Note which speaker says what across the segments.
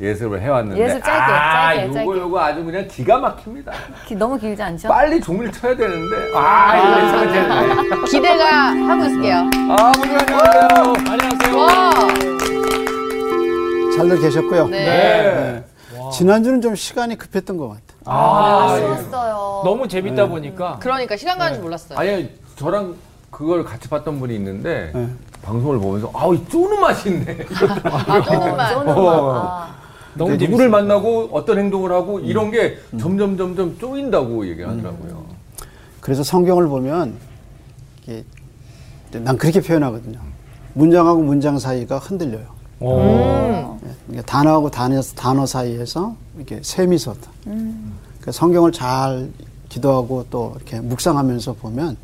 Speaker 1: 예습을 해왔는데
Speaker 2: 예습 짧게,
Speaker 1: 아
Speaker 2: 짧게,
Speaker 1: 요거
Speaker 2: 짧게.
Speaker 1: 요거 아주 그냥 기가 막힙니다.
Speaker 2: 기- 너무 길지 않죠?
Speaker 1: 빨리 종을 쳐야 되는데 아 이거 예습을 해야 돼.
Speaker 3: 기대가 하고 있을게요. 어,
Speaker 1: 아 모두 안녕하세요.
Speaker 3: 와.
Speaker 4: 잘들 계셨고요.
Speaker 1: 네.
Speaker 4: 지난주는 좀 시간이 급했던 것 같아요.
Speaker 1: 네.
Speaker 2: 아쉬웠어요.
Speaker 5: 너무 재밌다 보니까
Speaker 3: 그러니까 시간 가는 줄 몰랐어요.
Speaker 1: 아니 저랑 그걸 같이 봤던 분이 있는데
Speaker 4: 네.
Speaker 1: 방송을 보면서 아우 이 쪼는 맛인데
Speaker 3: 아, 조금만.
Speaker 2: 저는
Speaker 1: 어.
Speaker 2: 막, 아,
Speaker 5: 너무
Speaker 1: 누구를
Speaker 5: 재밌어요. 음.
Speaker 1: 만나고 어떤 행동을 하고 이런 게 점점 점점 쪼인다고 얘기하더라고요.
Speaker 4: 그래서 성경을 보면 이게 난 그렇게 표현하거든요. 문장하고 문장 사이가 흔들려요. 예, 그러니까 단어하고 단어, 단어 사이에서 이렇게 셈이 섰다. 그러니까 성경을 잘 기도하고 또 이렇게 묵상하면서 보면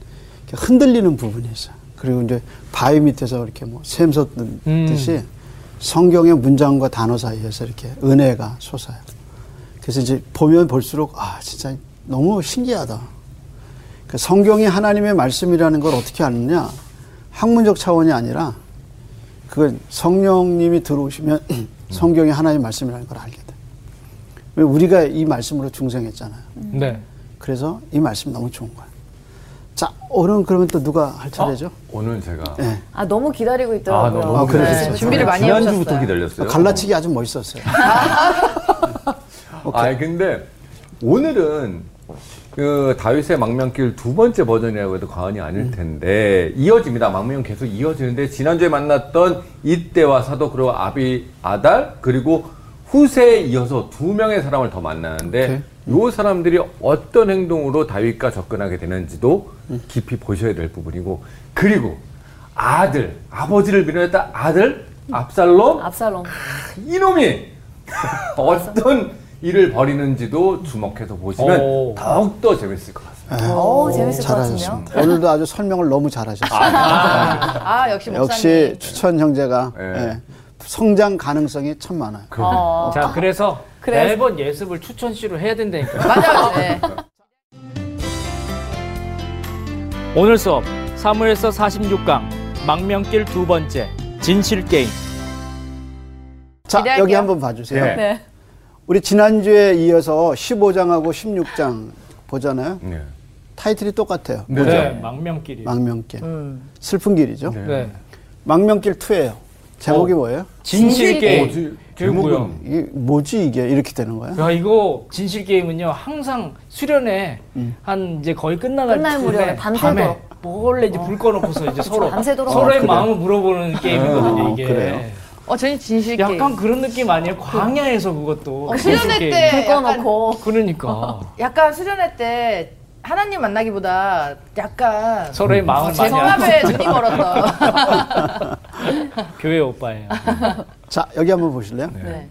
Speaker 4: 이렇게 흔들리는 부분이 있어요. 그리고 이제 바위 밑에서 이렇게 뭐셈 섰듯이 성경의 문장과 단어 사이에서 이렇게 은혜가 솟아요. 그래서 이제 보면 볼수록 아 진짜 너무 신기하다. 그 성경이 하나님의 말씀이라는 걸 어떻게 아느냐? 학문적 차원이 아니라 그걸 성령님이 들어오시면 성경이 하나님의 말씀이라는 걸 알게 돼. 왜 우리가 이 말씀으로 중생했잖아요.
Speaker 5: 네.
Speaker 4: 그래서 이 말씀 너무 좋은 거야. 자, 오늘은 그러면 또 누가 할 차례죠?
Speaker 1: 오늘 제가
Speaker 4: 네.
Speaker 2: 아, 네. 너무 기다리고
Speaker 1: 아
Speaker 2: 있더라고요.
Speaker 1: 너무
Speaker 4: 아, 그래요?
Speaker 1: 기다렸어요.
Speaker 3: 준비를 많이
Speaker 1: 지난주부터
Speaker 3: 해보셨어요.
Speaker 1: 기다렸어요.
Speaker 4: 갈라치기 아주 멋있었어요.
Speaker 1: 아 근데 오늘은 그 다윗의 망명길 두 번째 버전이라고 해도 과언이 아닐 텐데 이어집니다. 망명 계속 이어지는데 지난주에 만났던 이때와 사도 그리고 아비 아달 그리고 후세에 이어서 두 명의 사람을 더 만나는데 요 사람들이 어떤 행동으로 다윗과 접근하게 되는지도 깊이 보셔야 될 부분이고 그리고 아들 아버지를 비난했다 아들 압살롬
Speaker 2: 압살롬.
Speaker 1: 이놈이 어떤 일을 벌이는지도 주목해서 보시면
Speaker 5: 오.
Speaker 1: 더욱더 재밌을 것 같습니다.
Speaker 2: 뭐, 어우, 재밌을 것 같은데요?
Speaker 4: 아, 잘하셨습니다. 오늘도 아주 설명을 너무 잘하셨어요.
Speaker 3: 아, 역시 목사님.
Speaker 4: 역시 추천 형제가
Speaker 1: 네.
Speaker 4: 예, 성장 가능성이 참 많아요.
Speaker 2: 어.
Speaker 5: 자, 그래서
Speaker 2: 그래서-
Speaker 5: 매번 예습을 추천 씨로 해야 된다니까.
Speaker 3: 맞아요. 네.
Speaker 5: 오늘 수업 사무엘서 46강 망명길 두 번째 진실 게임.
Speaker 4: 자,
Speaker 3: 기대할게요.
Speaker 4: 여기 한번 봐주세요.
Speaker 1: 예.
Speaker 2: 네.
Speaker 4: 우리 지난주에 이어서 15장하고 16장 보잖아요.
Speaker 1: 네.
Speaker 4: 타이틀이 똑같아요.
Speaker 1: 네.
Speaker 5: 망명길이.
Speaker 4: 망명길.
Speaker 3: 음.
Speaker 4: 슬픈 길이죠.
Speaker 5: 네.
Speaker 4: 망명길 2예요. 제목이
Speaker 5: 어.
Speaker 4: 뭐예요?
Speaker 5: 진실
Speaker 2: 진실
Speaker 5: 게임.
Speaker 1: 뭐지?
Speaker 5: 결국은
Speaker 4: 이게 뭐지 이게 이렇게 되는 거예요?
Speaker 5: 야, 이거 진실 게임은요. 항상 수련회 한 이제 거의 끝나갈
Speaker 2: 음. 끝날
Speaker 5: 쯤에
Speaker 2: 무렵에 밤새도록. 그렇죠.
Speaker 5: 밤에 몰래 이제 불 꺼놓고서 이제 서로
Speaker 2: 밤새도록.
Speaker 5: 서로의
Speaker 4: 아, 그래요?
Speaker 5: 마음을 물어보는 게임이거든요,
Speaker 4: 어,
Speaker 5: 이게.
Speaker 4: 그래요?
Speaker 3: 어, 저희 진실 게임.
Speaker 5: 약간 그런 느낌 아니에요? 광야에서 그것도.
Speaker 3: 어,
Speaker 5: 진실
Speaker 3: 수련회
Speaker 5: 게임.
Speaker 3: 때
Speaker 2: 불 꺼놓고.
Speaker 5: 그러니까
Speaker 3: 약간 수련회 때 하나님 만나기보다 약간
Speaker 5: 서로의 마음을
Speaker 3: 제
Speaker 5: 많이 알고
Speaker 3: 성함에 눈이 멀었던.
Speaker 5: 교회 오빠예요.
Speaker 4: 자, 여기 한번 보실래요?
Speaker 3: 네.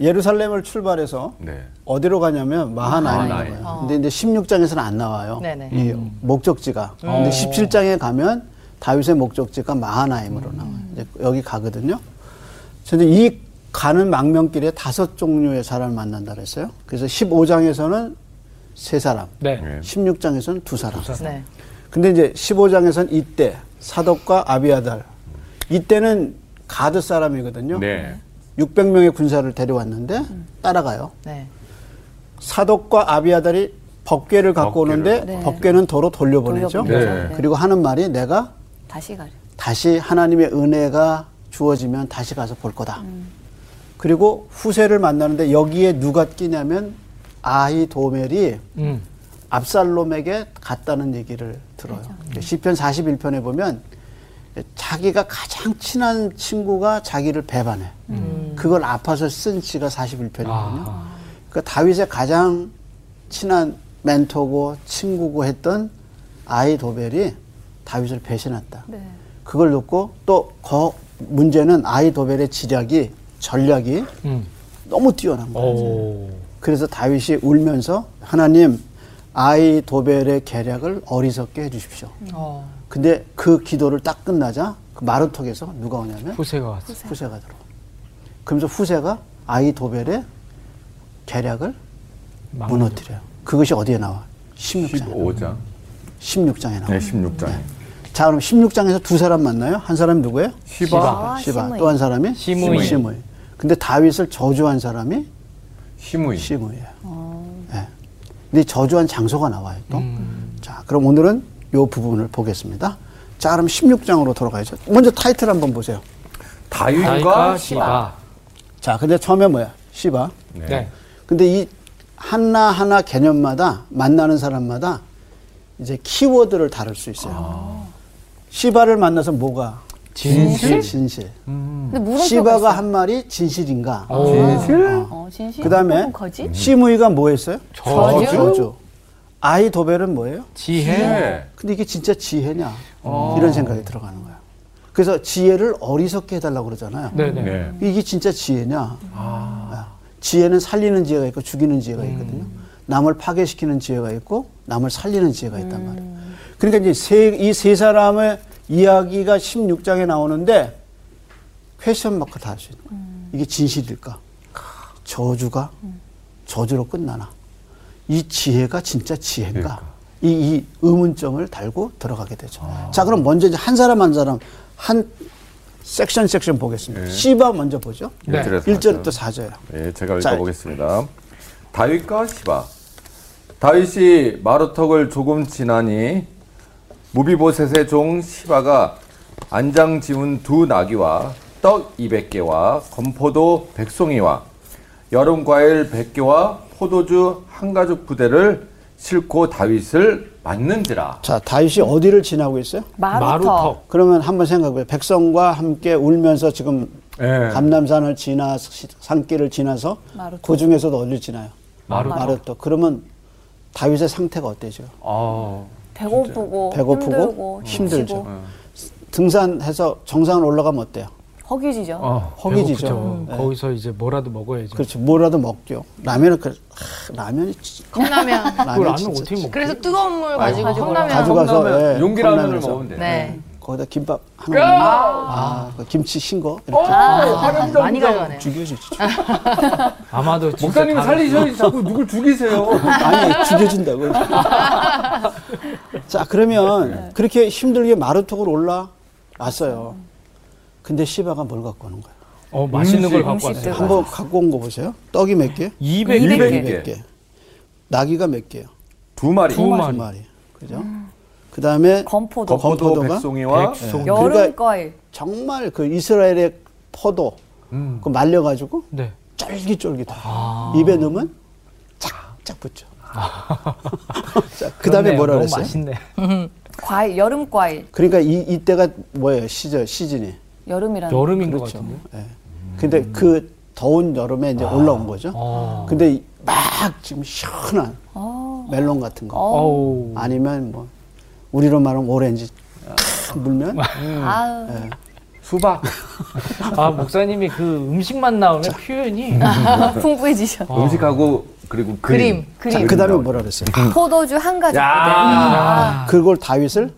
Speaker 4: 예루살렘을 출발해서
Speaker 1: 네.
Speaker 4: 어디로 가냐면 마하나임인
Speaker 1: 마하나임.
Speaker 4: 거예요. 근데 이제 16장에서는 안 나와요.
Speaker 3: 네네.
Speaker 4: 이 목적지가. 근데 17장에 가면 다윗의 목적지가 마하나임으로 나와요. 이제 여기 가거든요. 그래서 이 가는 망명길에 다섯 종류의 사람을 만난다 그랬어요. 그래서 15장에서는 세 사람,
Speaker 5: 네.
Speaker 1: 네.
Speaker 4: 16장에서는 두 사람.
Speaker 3: 네.
Speaker 4: 근데 이제 15장에서는 이때 사독과 아비아달 이때는 가드 사람이거든요.
Speaker 1: 네.
Speaker 4: 600명의 군사를 데려왔는데 따라가요.
Speaker 3: 네.
Speaker 4: 사독과 아비아달이 법궤를 갖고
Speaker 1: 법궤를
Speaker 4: 오는데
Speaker 1: 네.
Speaker 4: 법궤는 도로 돌려보내죠.
Speaker 1: 돌려보내죠. 네.
Speaker 4: 그리고 하는 말이 내가
Speaker 2: 다시 가려.
Speaker 4: 다시 하나님의 은혜가 주어지면 다시 가서 볼 거다. 그리고 후세를 만나는데 여기에 누가 끼냐면 아히도멜이
Speaker 5: 음.
Speaker 4: 압살롬에게 갔다는 얘기를 들어요. 시편 41편에 보면 자기가 가장 친한 친구가 자기를 배반해. 그걸 아파서 쓴 시가 41편이거든요. 그 다윗의 가장 친한 멘토고 친구고 했던 아이 도벨이 다윗을 배신했다.
Speaker 2: 네.
Speaker 4: 그걸 놓고 또 거- 문제는 아이 도벨의 지략이 전략이
Speaker 5: 음.
Speaker 4: 너무 뛰어난 거예요.
Speaker 5: 오.
Speaker 4: 그래서 다윗이 울면서 하나님 아이 도벨의 계략을 어리석게 해주십시오.
Speaker 6: 네.
Speaker 3: 어.
Speaker 4: 근데 그 기도를 딱 끝나자 그 마루턱에서 누가 오냐면
Speaker 5: 후세가 왔어.
Speaker 4: 후세가 들어. 그러면서 후세가 아이 도벨의 계략을 음. 무너뜨려요. 그것이 어디에 나와? 16장.
Speaker 1: 15장.
Speaker 4: 16장에 나와.
Speaker 1: 네,
Speaker 4: 요
Speaker 1: 16장.
Speaker 4: 자, 그럼 16장에서 두 사람 만나요? 한 사람이 누구예요?
Speaker 1: 시바.
Speaker 2: 아,
Speaker 4: 시바.
Speaker 2: 시므이.
Speaker 4: 또 한 사람이
Speaker 5: 시므이.
Speaker 4: 시므이. 근데 다윗을 저주한 사람이
Speaker 5: 음.
Speaker 1: 시무이.
Speaker 4: 시므예요.
Speaker 2: 어.
Speaker 4: 예. 근데 이 저주한 장소가 나와요 또.
Speaker 5: 음.
Speaker 4: 자, 그럼 오늘은 요 부분을 보겠습니다. 자, 그럼 16장으로 돌아가야죠. 먼저 타이틀 한번 보세요.
Speaker 1: 다윗과
Speaker 5: 시바.
Speaker 4: 자, 근데 처음에 뭐야? 시바.
Speaker 1: 네.
Speaker 5: 네.
Speaker 4: 근데 이 하나하나 개념마다 만나는 사람마다 이제 키워드를 다룰 수 있어요. 시바를 만나서 뭐가?
Speaker 5: 아. 진실?
Speaker 4: 진실.
Speaker 2: 근데 물음표가
Speaker 4: 시바가
Speaker 2: 있어요.
Speaker 4: 한 말이 진실인가?
Speaker 5: 아.
Speaker 1: 진실?
Speaker 2: 어, 진실.
Speaker 4: 그다음에
Speaker 2: 혹은 거짓.
Speaker 4: 시무이가 뭐 했어요?
Speaker 5: 저주?
Speaker 4: 아이 도벨은 뭐예요?
Speaker 5: 지혜.
Speaker 4: 근데 이게 진짜 지혜냐? 이런 생각이 들어가는 거야. 그래서 지혜를 어리석게 해달라고 그러잖아요.
Speaker 5: 네네.
Speaker 1: 네.
Speaker 4: 이게 진짜 지혜냐? 아, 지혜는 살리는 지혜가 있고 죽이는 지혜가 있거든요. 남을 파괴시키는 지혜가 있고 남을 살리는 지혜가 있단 말이에요. 그러니까 이제 이 세 사람의 이야기가 16장에 나오는데 퀘션 마크 다 할 수 있는 거예요. 이게 진실일까? 저주가 저주로 끝나나? 이 지혜가 진짜 지혜인가? 이, 이 의문점을 달고 들어가게 되죠. 자, 그럼 먼저 이제 한 사람 한 사람 한 섹션 섹션 보겠습니다. 시바 먼저 보죠.
Speaker 5: 네.
Speaker 1: 일절에서
Speaker 4: 일절부터
Speaker 1: 사절.
Speaker 4: 사절요
Speaker 1: 예, 제가
Speaker 4: 자.
Speaker 1: 읽어보겠습니다. 다윗과 시바. 다윗이 마루턱을 조금 지나니 무비보셋의 종 시바가 안장 지운 두 나귀와 떡 200개와 건포도 100송이와 여름 과일 100개와 포도주 한 가죽 부대를 싣고 다윗을 맞는지라.
Speaker 4: 자, 다윗이 어디를 지나고 있어요?
Speaker 2: 마루터.
Speaker 4: 그러면 한번 생각해보세요. 백성과 함께 울면서 지금
Speaker 1: 예.
Speaker 4: 감남산을 지나 시- 산길을 지나서
Speaker 2: 마루터.
Speaker 4: 그 중에서도 어딜 지나요?
Speaker 5: 마루터.
Speaker 4: 마루터. 그러면 다윗의 상태가 어때죠?
Speaker 1: 아,
Speaker 2: 배고프고,
Speaker 4: 배고프고
Speaker 2: 힘들고
Speaker 4: 힘들죠.
Speaker 2: 지치고
Speaker 4: 등산해서 정상을 올라가면 어때요?
Speaker 2: 허기지죠.
Speaker 1: 아,
Speaker 5: 어,
Speaker 4: 허기지죠.
Speaker 5: 배고프죠.
Speaker 4: 네.
Speaker 5: 거기서 이제 뭐라도 먹어야죠.
Speaker 4: 그렇죠. 뭐라도 먹죠. 라면을 그 하, 라면이 진-
Speaker 3: 컵라면.
Speaker 5: 그걸 안
Speaker 4: 라면
Speaker 5: 하면
Speaker 4: 진짜
Speaker 5: 어떻게 먹어?
Speaker 3: 그래서 뜨거운 물 가지고
Speaker 2: 가지고
Speaker 3: 컵라면
Speaker 4: 가져가서 예,
Speaker 1: 용기라면을
Speaker 4: 컵라면에서.
Speaker 1: 먹으면 돼.
Speaker 3: 네.
Speaker 4: 거기다 김밥 하나 아, 그 김치 신거 이렇게
Speaker 3: 어?
Speaker 1: 아,
Speaker 3: 많이 가져가네요.
Speaker 4: 죽여주죠.
Speaker 5: 뭐 아마도 진짜
Speaker 1: 목사님
Speaker 5: 다른-
Speaker 1: 살리셔야지 자꾸 누굴 죽이세요.
Speaker 4: 아니 죽여준다고. 자
Speaker 3: 네.
Speaker 4: 그러면 그렇게 힘들게 마루톡을 올라왔어요. 근데 시바가 뭘 갖고 오는 거야?
Speaker 5: 어, 맛있는 걸
Speaker 1: 음식,
Speaker 5: 갖고
Speaker 2: 음식들.
Speaker 5: 왔어요.
Speaker 4: 한번 갖고 온 거 보세요. 떡이 몇 개?
Speaker 5: 200,
Speaker 1: 200
Speaker 5: 200.
Speaker 1: 개.
Speaker 4: 몇 개? 나귀가 몇 개요?
Speaker 1: 두 마리.
Speaker 5: 두 마리.
Speaker 4: 두 마리. 그죠?
Speaker 2: 음.
Speaker 4: 그 다음에
Speaker 2: 건포도. 네.
Speaker 1: 거포도
Speaker 4: 건포도가?
Speaker 1: 백송이와
Speaker 5: 백송.
Speaker 2: 여름
Speaker 4: 그러니까-
Speaker 2: 과일.
Speaker 4: 정말 그 이스라엘의 포도
Speaker 5: 음.
Speaker 4: 그 말려가지고
Speaker 5: 네.
Speaker 4: 쫄깃쫄깃해.
Speaker 5: 아.
Speaker 4: 입에 넣으면 쫙쫙 붙죠. 자, 그 다음에
Speaker 5: 아. 그렇네요.
Speaker 4: 뭐라
Speaker 5: 너무
Speaker 4: 그랬어요?
Speaker 5: 맛있네.
Speaker 2: 과일, 여름 과일.
Speaker 4: 그러니까 이, 이때가 뭐예요? 시절, 시즌이.
Speaker 2: 여름이라는.
Speaker 5: 여름인 것 같은데.
Speaker 4: 예.
Speaker 5: 음.
Speaker 4: 근데 그 더운 여름에 이제 올라온 거죠.
Speaker 5: 아.
Speaker 4: 근데 이- 막 지금 시원한
Speaker 2: 어.
Speaker 4: 멜론 같은 거.
Speaker 5: 어우.
Speaker 4: 아니면 뭐, 우리로 말하면 오렌지 탁 물면
Speaker 2: 아우.
Speaker 4: 네.
Speaker 1: 수박.
Speaker 5: 아, 목사님이 그 음식만 나오면 표현이 아,
Speaker 2: 아, 풍부해지셔.
Speaker 1: 음식하고 그리고 그림.
Speaker 3: 그림,
Speaker 4: 자,
Speaker 3: 그림.
Speaker 4: 그 다음에 뭐라 그랬어요?
Speaker 2: 포도주 한 가지.
Speaker 4: 아,
Speaker 5: 아.
Speaker 4: 그걸 다윗을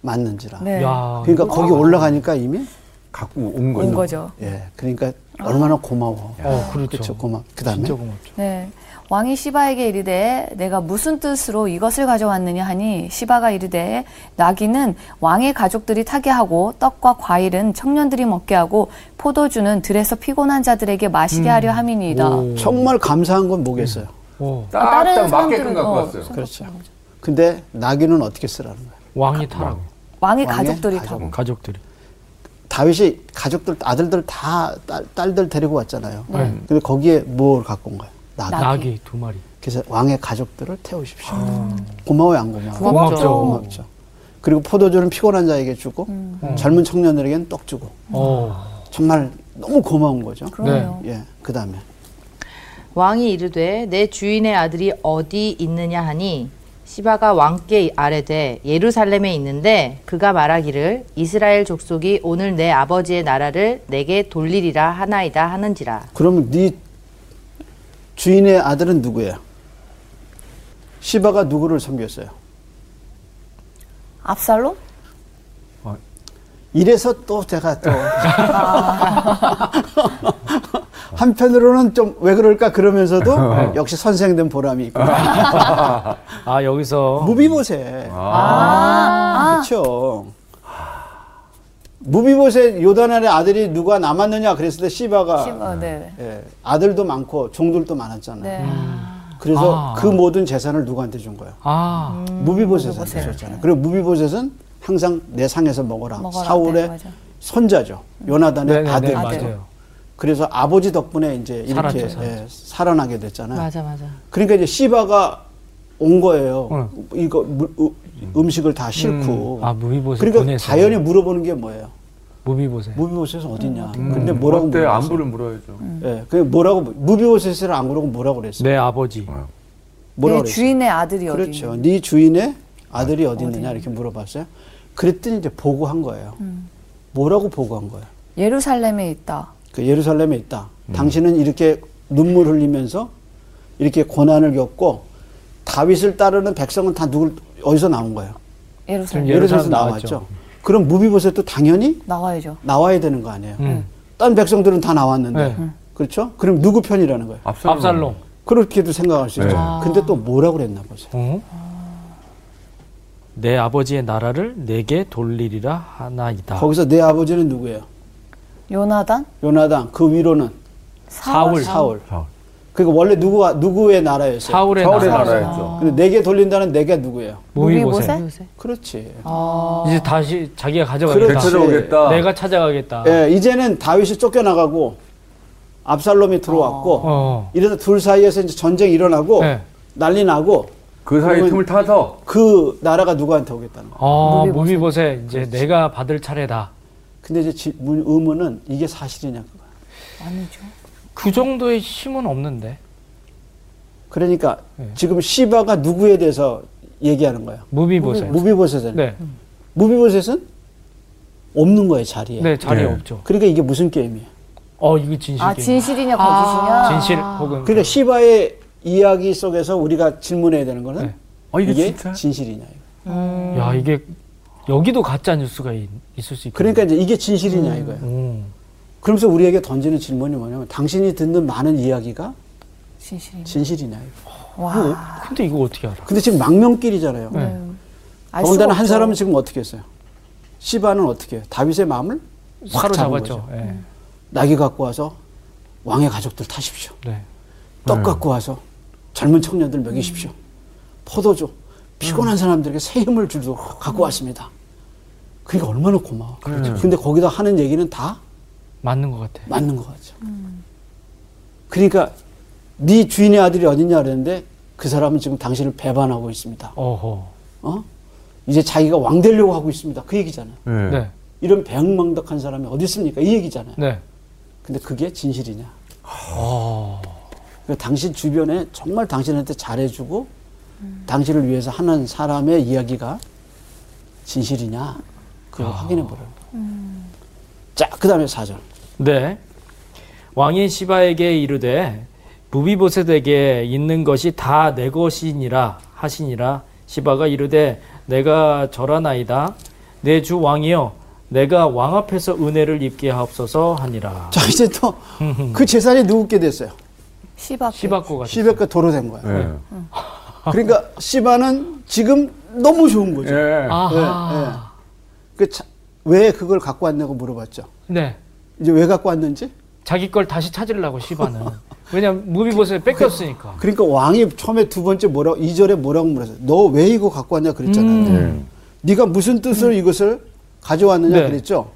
Speaker 4: 맞는지라.
Speaker 2: 네.
Speaker 5: 야.
Speaker 4: 그러니까 거기 올라가니까 이미
Speaker 1: 갖고 온 거죠.
Speaker 2: 온 거죠.
Speaker 4: 예, 그러니까 얼마나 고마워.
Speaker 5: 어, 그렇죠.
Speaker 4: 고마. 그다음에
Speaker 5: 진짜 고맙죠.
Speaker 2: 네. 왕이 시바에게 이르되 내가 무슨 뜻으로 이것을 가져왔느냐 하니 시바가 이르되 나귀는 왕의 가족들이 타게 하고 떡과 과일은 청년들이 먹게 하고 포도주는 들에서 피곤한 자들에게 마시게 하려 함이니이다.
Speaker 5: 오.
Speaker 4: 정말 감사한 건 뭐겠어요?
Speaker 5: 오.
Speaker 2: 아, 다른
Speaker 1: 딱딱 맞게끔
Speaker 2: 사람들은,
Speaker 1: 갖고
Speaker 2: 어,
Speaker 1: 왔어요.
Speaker 4: 그렇죠. 근데 나귀는 어떻게 쓰라는 거예요?
Speaker 5: 왕이 타라고.
Speaker 2: 왕의,
Speaker 4: 왕의
Speaker 2: 가족들이
Speaker 4: 가족.
Speaker 5: 음.
Speaker 2: 타고.
Speaker 5: 가족들이.
Speaker 4: 다윗이 가족들 아들들 다 딸, 딸들 데리고 왔잖아요.
Speaker 5: 음.
Speaker 4: 근데 거기에 뭘 갖고 온 거예요? 나귀.
Speaker 2: 네. 나귀.
Speaker 5: 나귀 두 마리.
Speaker 4: 그래서 왕의 가족들을 태우십시오.
Speaker 5: 아.
Speaker 4: 고마워요, 안 고마워요?
Speaker 5: 고맙죠.
Speaker 2: 어.
Speaker 4: 고맙죠. 그리고 포도주는 피곤한 자에게 주고
Speaker 2: 음.
Speaker 4: 젊은 청년들에게는 떡 주고
Speaker 5: 어.
Speaker 4: 정말 너무 고마운 거죠.
Speaker 2: 그럼요.
Speaker 4: 예, 그다음에
Speaker 6: 왕이 이르되 내 주인의 아들이 어디 있느냐 하니 시바가 왕께 아뢰되 예루살렘에 있는데 그가 말하기를 이스라엘 족속이 오늘 내 아버지의 나라를 내게 돌리리라 하나이다 하는지라
Speaker 4: 그러면 네 주인의 아들은 누구예요? 시바가 누구를 섬겼어요?
Speaker 2: 압살롬?
Speaker 4: 이래서 또 제가 또
Speaker 2: 아.
Speaker 4: 한편으로는 좀 왜 그럴까 그러면서도 역시 선생된 보람이 있고
Speaker 5: 아, 여기서
Speaker 4: 무비보세
Speaker 2: 아.
Speaker 4: 그렇죠. 무비보셋 요단안의 아들이 누가 남았느냐 그랬을 때 시바가
Speaker 2: 시바, 네.
Speaker 4: 예, 아들도 많고 종들도 많았잖아요.
Speaker 2: 네.
Speaker 4: 그래서
Speaker 5: 아.
Speaker 4: 그 모든 재산을 누구한테 준 거예요?
Speaker 5: 아,
Speaker 4: 음, 무비보셋한테 줬잖아요. 그리고 무비보셋은 항상 내 상에서 먹어라.
Speaker 2: 먹어라. 네,
Speaker 4: 사울의
Speaker 2: 맞아.
Speaker 4: 손자죠. 요나단의
Speaker 5: 네네네,
Speaker 4: 아들.
Speaker 5: 맞아요.
Speaker 4: 그래서 아버지 덕분에 이제 이렇게
Speaker 5: 살았죠, 살았죠.
Speaker 4: 예, 살아나게 됐잖아요.
Speaker 6: 맞아 맞아.
Speaker 4: 그러니까 이제 시바가 온 거예요.
Speaker 5: 응.
Speaker 4: 이거 물- 으- 음식을 다 싫고.
Speaker 5: 어. 음. 아, 무비보셋
Speaker 4: 그러니까
Speaker 5: 보내서.
Speaker 4: 당연히 물어보는 게 뭐예요?
Speaker 5: 무비보세.
Speaker 4: 무비보셋은 어딨냐?
Speaker 5: 음.
Speaker 4: 근데 뭐라고
Speaker 1: 어때?
Speaker 4: 물어봤어요?
Speaker 1: 안부를 물어야죠.
Speaker 4: 예, 그 뭐라고 무비보셋을 안 그러고 뭐라고 그랬어요?
Speaker 5: 내 아버지.
Speaker 4: 뭐라고
Speaker 2: 내
Speaker 4: 그랬어요?
Speaker 2: 네, 주인의 아들이 어디
Speaker 4: 그렇죠. 네 주인의 아들이 어디 있느냐 이렇게 물어봤어요. 그랬더니 이제 보고한 거예요.
Speaker 2: 음.
Speaker 4: 뭐라고 보고한 거예요?
Speaker 2: 예루살렘에 있다.
Speaker 4: 그 예루살렘에 있다.
Speaker 5: 음.
Speaker 4: 당신은 이렇게 눈물 흘리면서 이렇게 고난을 겪고 다윗을 따르는 백성은 다 누굴 어디서 나온 거예요?
Speaker 2: 예루살렘
Speaker 4: 그러니까.
Speaker 5: 예- 예루살렘
Speaker 4: 예루살렘에서
Speaker 5: 나왔죠.
Speaker 4: 나왔죠. 그럼 무비보셋도 당연히
Speaker 2: 나와야죠.
Speaker 4: 나와야 되는 거 아니에요?
Speaker 5: 음.
Speaker 4: 딴 백성들은 다 나왔는데
Speaker 5: 네. 음.
Speaker 4: 그렇죠? 그럼 누구 편이라는 거예요?
Speaker 1: 압살롬.
Speaker 5: 압살롬.
Speaker 4: 그렇게도 생각할
Speaker 5: 네.
Speaker 4: 수 있죠. 근데 또 뭐라고 그랬나 보세요.
Speaker 5: 어? 내 아버지의 나라를 내게 돌리리라 하나이다.
Speaker 4: 거기서 내 아버지는 누구예요?
Speaker 2: 요나단?
Speaker 4: 요나단 그 위로는
Speaker 5: 사울.
Speaker 4: 사울.
Speaker 1: 사울.
Speaker 4: 그러니까 원래 누구와 누구의 나라였어요?
Speaker 5: 사울의,
Speaker 1: 서울의
Speaker 5: 나라.
Speaker 1: 나라였죠.
Speaker 4: 근데 내게 돌린다는 내가 누구예요?
Speaker 5: 무비보세. 어.
Speaker 2: 무비보셋?
Speaker 4: 그렇지.
Speaker 2: 아,
Speaker 5: 이제 다시 자기가
Speaker 1: 그렇죠.
Speaker 5: 가져가겠다.
Speaker 4: 그렇지.
Speaker 1: 되찾아오겠다.
Speaker 5: 내가 찾아가겠다.
Speaker 4: 예, 이제는 다윗이 쫓겨나가고 압살롬이 들어왔고
Speaker 5: 어.
Speaker 4: 이래서 둘 사이에서 이제 전쟁이 일어나고
Speaker 5: 네.
Speaker 4: 난리 나고
Speaker 1: 그 사이
Speaker 4: 그러면-
Speaker 1: 틈을 타서
Speaker 4: 그 나라가 누구한테 오겠다는 거야.
Speaker 5: 어, 무비보세. 이제 내가 받을 차례다.
Speaker 4: 근데 이제 지- 문- 의문은 이게 사실이냐 그거.
Speaker 2: 아니죠.
Speaker 5: 그 정도의 힘은 없는데.
Speaker 4: 그러니까
Speaker 5: 네.
Speaker 4: 지금 시바가 누구에 대해서 얘기하는 거야?
Speaker 5: 무비보세.
Speaker 4: 무비보셋은
Speaker 5: 네.
Speaker 4: 무비보셋은 없는 거예요 자리에.
Speaker 5: 네, 자리 에
Speaker 1: 네.
Speaker 5: 없죠.
Speaker 4: 그러니까 이게 무슨 게임이에요?
Speaker 5: 어, 이거 진실. 아.
Speaker 2: 아,
Speaker 5: 게임.
Speaker 2: 진실이냐, 거짓이냐?
Speaker 5: 진실 혹은
Speaker 4: 그러니까 시바의 이야기 속에서 우리가 질문해야 되는 거는
Speaker 5: 네.
Speaker 1: 아, 이게
Speaker 4: 이게,
Speaker 1: 진짜야?
Speaker 4: 진실이냐. 이거.
Speaker 5: 야, 이게 여기도 가짜 뉴스가 있, 을수 있고.
Speaker 4: 그러니까 이제 이게 진실이냐
Speaker 5: 음.
Speaker 4: 이거예요. 그러면서 우리에게 던지는 질문이 뭐냐면 당신이 듣는 많은 이야기가
Speaker 2: 진실이냐.
Speaker 4: 진실이냐. 이거. 뭐?
Speaker 2: 와.
Speaker 5: 근데 이거 어떻게 알아?
Speaker 4: 근데 지금 망명길이잖아요.
Speaker 5: 네.
Speaker 2: 알
Speaker 4: 더군다나
Speaker 2: 수가
Speaker 4: 한
Speaker 2: 없죠.
Speaker 4: 사람은 지금 어떻게 했어요? 시바는 어떻게 해요? 다윗의 마음을 확 잡은
Speaker 5: 사로잡았죠.
Speaker 4: 거죠.
Speaker 5: 예.
Speaker 4: 낙이 갖고 와서 왕의 가족들 타십시오.
Speaker 5: 네.
Speaker 4: 떡 갖고 와서 젊은 청년들 먹이십시오. 포도주 피곤한 사람들에게 새 힘을 주도 갖고 왔습니다. 그게 얼마나 고마워. 그렇죠. 근데 거기다 하는 얘기는 다
Speaker 5: 맞는 것 같아.
Speaker 4: 맞는 거 같죠. 그러니까 네 주인의 아들이 어딨냐 그랬는데 그 사람은 지금 당신을 배반하고 있습니다.
Speaker 5: 어허.
Speaker 4: 어? 이제 자기가 왕 되려고 하고 있습니다. 그 얘기잖아요.
Speaker 1: 네.
Speaker 5: 네.
Speaker 4: 이런 배응망덕한 사람이 어디 있습니까? 이 얘기잖아요.
Speaker 5: 네.
Speaker 4: 근데 그게 진실이냐? 그러니까 당신 주변에 정말 당신한테 잘해주고 당신을 위해서 하는 사람의 이야기가 진실이냐? 그거 확인해 보라고. 자, 그 다음에 사절.
Speaker 5: 네. 왕인 시바에게 이르되 무비보셋에게 있는 것이 다 내 것이니라 하시니라 시바가 이르되 내가 절하나이다 내 주 왕이여 내가 왕 앞에서 은혜를 입게 하옵소서 하니라
Speaker 4: 자, 이제 또 그 재산이 누구께 됐어요?
Speaker 2: 시바.
Speaker 5: 시바코가
Speaker 4: 시베가 도로 된 거예요.
Speaker 1: 네.
Speaker 4: 그러니까 시바는 지금 너무 좋은 거죠.
Speaker 1: 예.
Speaker 5: 아하
Speaker 4: 그 자- 왜 그걸 갖고 왔냐고 물어봤죠.
Speaker 5: 네
Speaker 4: 이제 왜 갖고 왔는지?
Speaker 5: 자기 걸 다시 찾으려고 시바는 왜냐면 무비보셋에 뺏겼으니까
Speaker 4: 그러니까 왕이 처음에 두 번째 뭐라고 이절에 뭐라고 물었어요. 너 왜 이거 갖고 왔냐 그랬잖아요.
Speaker 1: 음.
Speaker 4: 예. 네가 무슨 뜻으로 이것을 가져왔느냐
Speaker 5: 네.
Speaker 4: 그랬죠.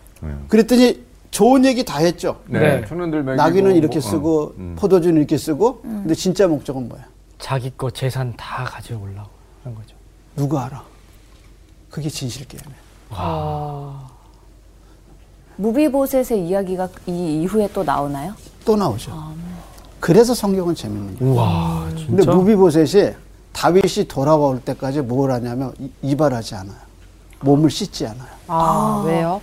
Speaker 4: 그랬더니 좋은 얘기 다 했죠.
Speaker 1: 네.
Speaker 5: 네.
Speaker 1: 청년들 먹이고
Speaker 4: 나귀는 이렇게
Speaker 1: 뭐, 어.
Speaker 4: 쓰고 포도주는 이렇게 쓰고 근데 진짜 목적은 뭐야?
Speaker 5: 자기 거 재산 다 가져오려고 하는 거죠
Speaker 4: 누가 알아? 그게 진실 게임이야.
Speaker 2: 무비보셋의 이야기가 이 이후에 또 나오나요?
Speaker 4: 또 나오죠.
Speaker 2: 아, 네.
Speaker 4: 그래서 성경은 재밌는 거예요.
Speaker 5: 우와
Speaker 4: 근데
Speaker 5: 진짜
Speaker 4: 무비보셋이 다윗이 돌아올 때까지 뭘 하냐면 이- 이발하지 않아요. 몸을 씻지 않아요.
Speaker 6: 아 왜요?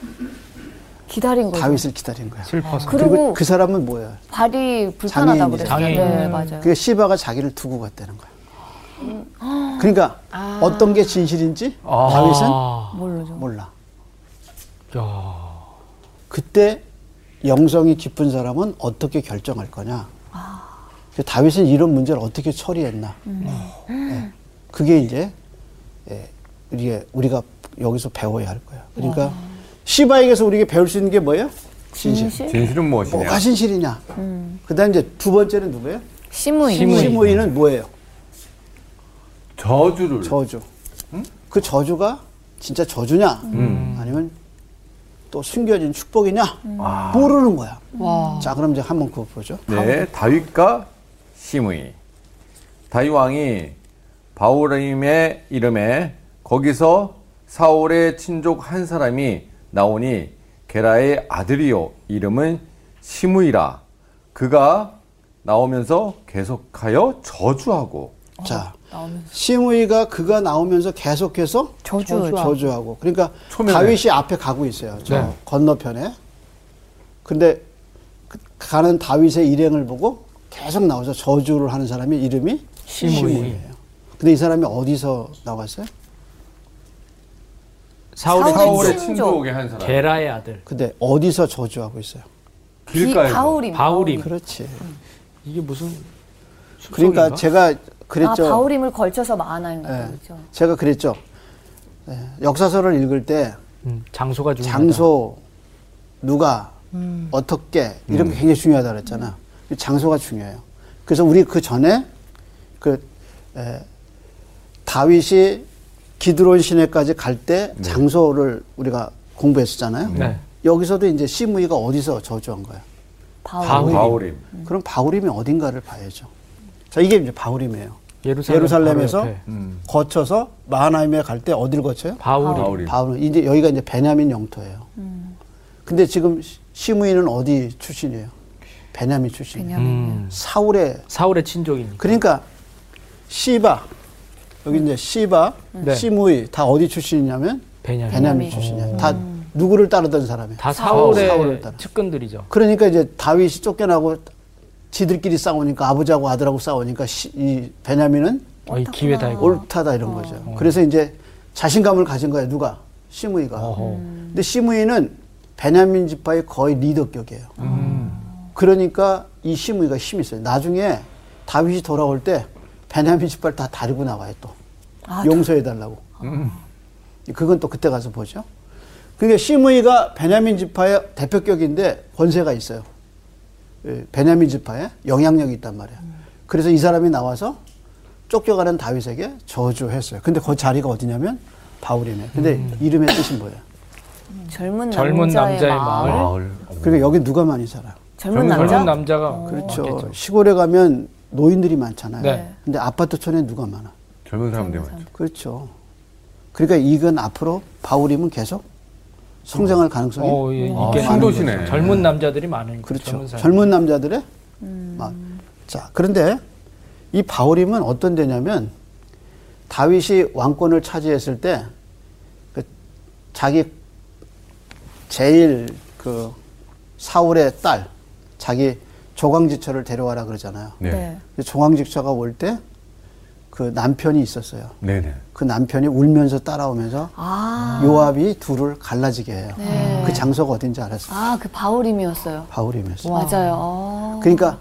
Speaker 2: 기다린 거죠.
Speaker 4: 다윗을 기다린 거야.
Speaker 5: 슬퍼서
Speaker 4: 그리고
Speaker 2: 그리고
Speaker 4: 그 사람은 뭐예요?
Speaker 2: 발이 불편하다고
Speaker 4: 장애인이죠.
Speaker 2: 그랬어요.
Speaker 5: 장애인.
Speaker 2: 네, 맞아요.
Speaker 4: 그 시바가 자기를 두고 갔다는 거야.
Speaker 2: 음.
Speaker 4: 그러니까
Speaker 2: 아.
Speaker 4: 어떤 게 진실인지
Speaker 5: 아,
Speaker 4: 다윗은 몰라.
Speaker 5: 야.
Speaker 4: 그때 영성이 깊은 사람은 어떻게 결정할 거냐. 그 다윗은 이런 문제를 어떻게 처리했나. 예. 그게 이제 예, 우리의- 우리가 여기서 배워야 할 거야. 그러니까 시바에게서 우리에게 배울 수 있는 게 뭐예요? 진실.
Speaker 1: 어. 진실은 무엇이냐?
Speaker 4: 뭐가 진실이냐? 그다음 이제 두 번째는 누구예요?
Speaker 2: 시무인.
Speaker 4: 시므이는 뭐예요?
Speaker 1: 저주를
Speaker 4: 저주. 그 저주가 진짜 저주냐?
Speaker 1: 음.
Speaker 4: 아니면 또 숨겨진 축복이냐?
Speaker 1: 아.
Speaker 4: 모르는 거야. 자, 그럼 이제 한번 그거 보죠.
Speaker 1: 네, 다윗과 시므이. 다윗 왕이 바오림의 이름에 거기서 사울의 친족 한 사람이 나오니 게라의 아들이요 이름은 시므이라. 그가 나오면서 계속하여 저주하고
Speaker 4: 자, 시므이가 그가 나오면서 계속해서
Speaker 2: 저주.
Speaker 4: 저주하고. 그러니까
Speaker 1: 초면에.
Speaker 4: 다윗이 앞에 가고 있어요. 저
Speaker 5: 네.
Speaker 4: 건너편에. 근데 그 가는 다윗의 일행을 보고 계속 나와서 저주를 하는 사람이 이름이
Speaker 5: 시므이.
Speaker 4: 시므이예요. 근데 이 사람이 어디서 나왔어요?
Speaker 5: 사울의
Speaker 2: 사울의
Speaker 5: 아, 친구
Speaker 2: 친족.
Speaker 1: 한 사람.
Speaker 5: 게라의 아들.
Speaker 4: 근데 어디서 저주하고 있어요?
Speaker 1: 길가에서.
Speaker 2: 바울임. 아,
Speaker 5: 바울임.
Speaker 4: 그렇지.
Speaker 5: 이게 무슨 숲속인가?
Speaker 4: 그러니까 제가 그랬죠.
Speaker 2: 아, 바울임을 걸쳐서 마하나인 거죠.
Speaker 4: 예.
Speaker 2: 그렇죠.
Speaker 4: 제가 그랬죠. 예, 역사서를 읽을 때
Speaker 5: 음, 장소가 중요하다.
Speaker 4: 장소, 누가,
Speaker 2: 음.
Speaker 4: 어떻게 이런
Speaker 5: 음.
Speaker 4: 게 굉장히 중요하다 그랬잖아. 장소가 중요해요. 그래서 우리 그 전에 그 에, 다윗이 기드론 시내까지 갈 때 장소를 우리가 공부했었잖아요.
Speaker 5: 네.
Speaker 4: 여기서도 이제 시므이가 어디서 저주한 거야.
Speaker 2: 바울.
Speaker 5: 바울.
Speaker 1: 바오림.
Speaker 4: 음. 그럼 바울임이 어딘가를 봐야죠. 자, 이게 이제 바울임이에요.
Speaker 5: 예루살렘
Speaker 4: 예루살렘에서
Speaker 5: 바로 옆에.
Speaker 1: 음.
Speaker 4: 거쳐서 마하나임에 갈 때 어딜 거쳐요?
Speaker 5: 바울임.
Speaker 1: 바울임.
Speaker 4: 바울 이제 여기가 이제 베냐민 영토예요.
Speaker 5: 음.
Speaker 4: 근데 지금 시- 시므이는 어디 출신이에요? 베냐민 출신.
Speaker 2: 베냐민.
Speaker 5: 음.
Speaker 4: 사울의
Speaker 5: 사울의 친족이니까.
Speaker 4: 그러니까 시바 여기 이제 시바,
Speaker 5: 네.
Speaker 4: 시므이 다 어디 출신이냐면
Speaker 5: 베냐민. 음.
Speaker 4: 베냐민 출신이야. 다 누구를 따르던 사람이야.
Speaker 5: 다 사울의
Speaker 4: 사울을 따라.
Speaker 5: 측근들이죠.
Speaker 4: 그러니까 이제 다윗이 쫓겨나고 지들끼리 싸우니까 아버지하고 아들하고 싸우니까 시- 이 베냐민은
Speaker 5: 어, 이 기회 다 이거.
Speaker 4: 옳다다
Speaker 2: 어.
Speaker 4: 이런 거죠. 그래서 이제 자신감을 가진 거예요. 누가? 시므이가.
Speaker 5: 어허.
Speaker 2: 음.
Speaker 4: 근데 시므이는 베냐민 지파의 거의 리더격이에요.
Speaker 5: 음.
Speaker 4: 그러니까 이 시므이가 힘이 있어요. 나중에 다윗이 돌아올 때 베냐민 지파를 다 다리고 나와요 또.
Speaker 2: 아,
Speaker 4: 용서해 달라고.
Speaker 5: 음.
Speaker 4: 그건 또 그때 가서 보죠. 그러니까 시므이가 베냐민 지파의 대표격인데 권세가 있어요. 예, 베냐민 지파에 영향력이 있단 말이야. 그래서 이 사람이 나와서 쫓겨가는 다윗에게 저주했어요. 근데 그 자리가 어디냐면 바울이네. 근데
Speaker 5: 음.
Speaker 4: 이름의 뜻이 뭐야?
Speaker 2: 음. 젊은,
Speaker 5: 젊은
Speaker 2: 남자의,
Speaker 5: 남자의
Speaker 2: 마을.
Speaker 5: 마을.
Speaker 1: 바울.
Speaker 4: 그러니까 여기 누가 많이 살아?
Speaker 2: 젊은 남자. 어.
Speaker 5: 젊은 남자가
Speaker 4: 그렇죠.
Speaker 5: 어, 맞겠죠.
Speaker 4: 시골에 가면 노인들이 많잖아요.
Speaker 5: 네.
Speaker 4: 근데 아파트촌에 누가 많아?
Speaker 1: 젊은 사람들 많죠.
Speaker 4: 그렇죠. 그러니까 이건 앞으로 바울임은 계속 성장할 가능성이
Speaker 5: 어, 예,
Speaker 1: 아,
Speaker 5: 있겠네요.
Speaker 1: 신도시네.
Speaker 5: 젊은 남자들이 많은
Speaker 4: 그렇죠.
Speaker 5: 젊은
Speaker 4: 젊은,
Speaker 5: 사람.
Speaker 4: 남자들의
Speaker 2: 음.
Speaker 4: 막. 자, 그런데 이 바울임은 어떤 데냐면 다윗이 왕권을 차지했을 때 그, 자기 제일 그 사울의 딸 자기 조광지처를 데려와라 그러잖아요.
Speaker 1: 네.
Speaker 2: 네.
Speaker 4: 근데 조광지처가 올 때 그 남편이 있었어요.
Speaker 1: 네, 네.
Speaker 4: 그 남편이 울면서 따라오면서
Speaker 2: 아,
Speaker 4: 요압이 둘을 갈라지게 해요.
Speaker 2: 네.
Speaker 4: 그 장소가 어딘지 알았어요.
Speaker 2: 아, 그 바울임이었어요.
Speaker 4: 바울임에서.
Speaker 2: 맞아요. 어.
Speaker 4: 그러니까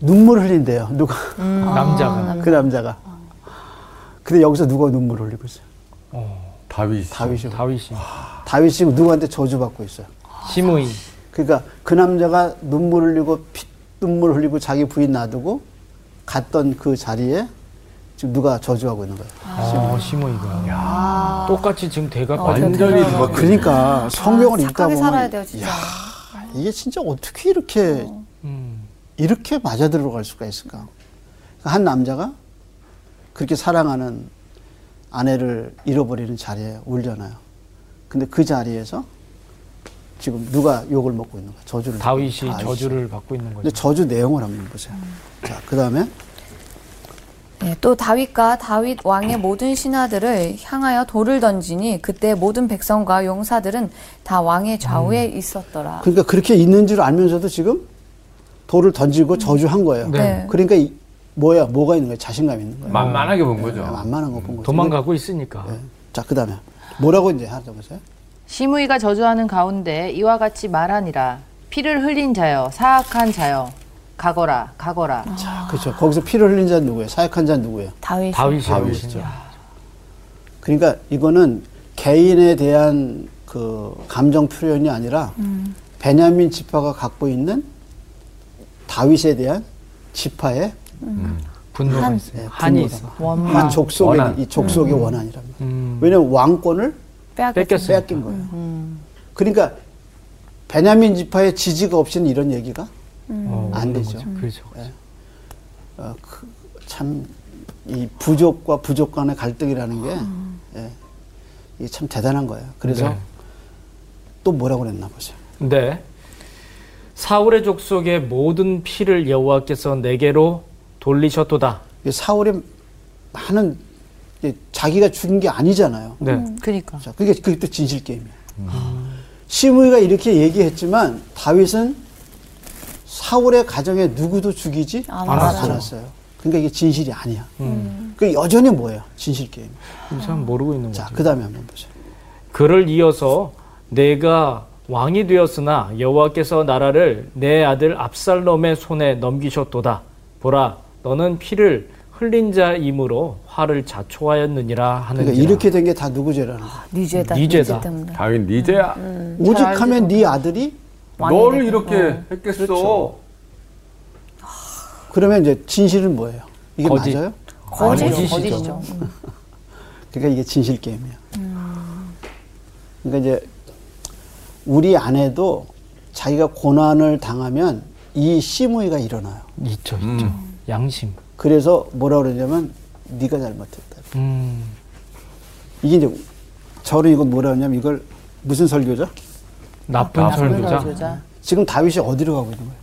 Speaker 4: 눈물 흘린대요. 누가
Speaker 2: 음. 아.
Speaker 5: 남자가.
Speaker 4: 그 남자가. 근데 여기서 누가 눈물 흘리고 있어요?
Speaker 1: 다윗.
Speaker 4: 다윗이.
Speaker 5: 다윗이.
Speaker 4: 다윗이 지금 누구한테 저주받고 있어요.
Speaker 5: 시므이.
Speaker 4: 그러니까 그 남자가 눈물 흘리고 피 눈물 흘리고 자기 부인 놔두고 갔던 그 자리에 지금 누가 저주하고 있는 거예요.
Speaker 5: 아, 시므이가. 똑같이 지금 대가
Speaker 1: 어, 완전히 누가
Speaker 4: 그러니까 성경을
Speaker 2: 아,
Speaker 4: 읽다
Speaker 2: 착하게
Speaker 4: 보면
Speaker 2: 살아야 돼요, 진짜.
Speaker 4: 이야, 이게 진짜 어떻게 이렇게
Speaker 5: 음.
Speaker 4: 이렇게 맞아 들어갈 수가 있을까? 그러니까 한 남자가 그렇게 사랑하는 아내를 잃어버리는 자리에 울잖아요. 근데 그 자리에서 지금 누가 욕을 먹고 있는 거야? 저주를.
Speaker 5: 다윗이
Speaker 4: 먹고 있는 거야.
Speaker 5: 저주를 받고 있는 거죠.
Speaker 4: 근데 저주 내용을 한번 보세요. 자, 그 다음에
Speaker 2: 네, 또 다윗과 다윗 왕의 모든 신하들을 향하여 돌을 던지니 그때 모든 백성과 용사들은 다 왕의 좌우에 있었더라.
Speaker 4: 그러니까 그렇게 있는 줄 알면서도 지금 돌을 던지고 저주한 거예요.
Speaker 2: 네.
Speaker 4: 그러니까 이- 뭐야? 뭐가 있는 거야? 자신감 있는 거야. 네,
Speaker 1: 만만하게 본 거죠.
Speaker 4: 만만한 거 본 거죠.
Speaker 5: 도망가고 있으니까.
Speaker 4: 네. 자, 그 다음에 뭐라고 이제 하자 보세요.
Speaker 6: 시므이가 저주하는 가운데 이와 같이 말하니라 피를 흘린 자여 사악한 자여 가거라 가거라
Speaker 4: 자, 그렇죠. 거기서 피를 흘린 자는 누구예요? 사약한 자는 누구예요?
Speaker 2: 다윗.
Speaker 5: 다윗이
Speaker 1: 다윗이죠.
Speaker 5: 다윗이죠.
Speaker 4: 그러니까 이거는 개인에 대한 그 감정 표현이 아니라 베냐민 지파가 갖고 있는 다윗에 대한 지파의
Speaker 5: 분노가
Speaker 4: 예,
Speaker 5: 있어요. 한이
Speaker 4: 분노다.
Speaker 5: 있어.
Speaker 6: 원망.
Speaker 4: 한 족속의
Speaker 1: 원한.
Speaker 4: 이 족속의 원한이란 말이에요.
Speaker 5: 음,
Speaker 4: 왜냐면 왕권을
Speaker 5: 뺏겼어요.
Speaker 4: 빼앗긴 거예요. 그러니까 베냐민 지파의 지지가 없이는 이런 얘기가
Speaker 5: 어,
Speaker 4: 안
Speaker 5: 없는
Speaker 4: 되죠.
Speaker 5: 거죠. 그렇죠. 그렇죠.
Speaker 4: 어, 그, 참 이 부족과 부족 간의 갈등이라는 게 예, 이게 참 대단한 거예요. 그래서
Speaker 5: 네.
Speaker 4: 또 뭐라고 그랬나 보죠.
Speaker 5: 네. 사울의 족속의 모든 피를 여호와께서 내게로 돌리셨도다.
Speaker 4: 이 사울이 많은 이게 자기가 죽인 게 아니잖아요.
Speaker 5: 네.
Speaker 6: 그니까.
Speaker 4: 자, 그게 그게 또 진실 게임이에요. 시므이가 이렇게 얘기했지만 다윗은 사울의 가정에 누구도 죽이지
Speaker 2: 안
Speaker 5: 알았죠.
Speaker 4: 않았어요. 그러니까 이게 진실이 아니야. 그 여전히 뭐예요? 진실 게임.
Speaker 5: 참 모르고 있는 거죠.
Speaker 4: 자, 그다음에 한번 보죠.
Speaker 5: 그를 이어서 내가 왕이 되었으나 여호와께서 나라를 내 아들 압살롬의 손에 넘기셨도다. 보라, 너는 피를 흘린 자이므로 화를 자초하였느니라 하는
Speaker 4: 그러니까 이렇게 된 게 다 누구 죄라는 거야.
Speaker 2: 니 죄다.
Speaker 5: 네
Speaker 2: 니죄
Speaker 5: 죄다.
Speaker 2: 때문에.
Speaker 1: 다윗 니제야
Speaker 4: 오직 하면 네 아들이
Speaker 2: 왕이 그렇죠.
Speaker 1: 너를
Speaker 2: 됐구나.
Speaker 1: 이렇게 했겠어.
Speaker 4: 그러면 이제 진실은 뭐예요? 이게
Speaker 5: 거짓.
Speaker 4: 맞아요?
Speaker 2: 거짓.
Speaker 5: 거짓이죠.
Speaker 6: 거짓이죠.
Speaker 4: 그러니까 이게 진실 게임이야. 그러니까 이제 우리 아내도 자기가 고난을 당하면 이 시무이가 일어나요.
Speaker 5: 있죠, 있죠. 음. 양심.
Speaker 4: 그래서 뭐라 그러냐면 네가 잘못했다.
Speaker 5: 음,
Speaker 4: 이게 이제 저는 이거 뭐라 그러냐면 이걸 무슨 설교죠?
Speaker 5: 아, 나쁜 설교자.
Speaker 4: 지금 다윗이 어디로 가고 있는 거예요?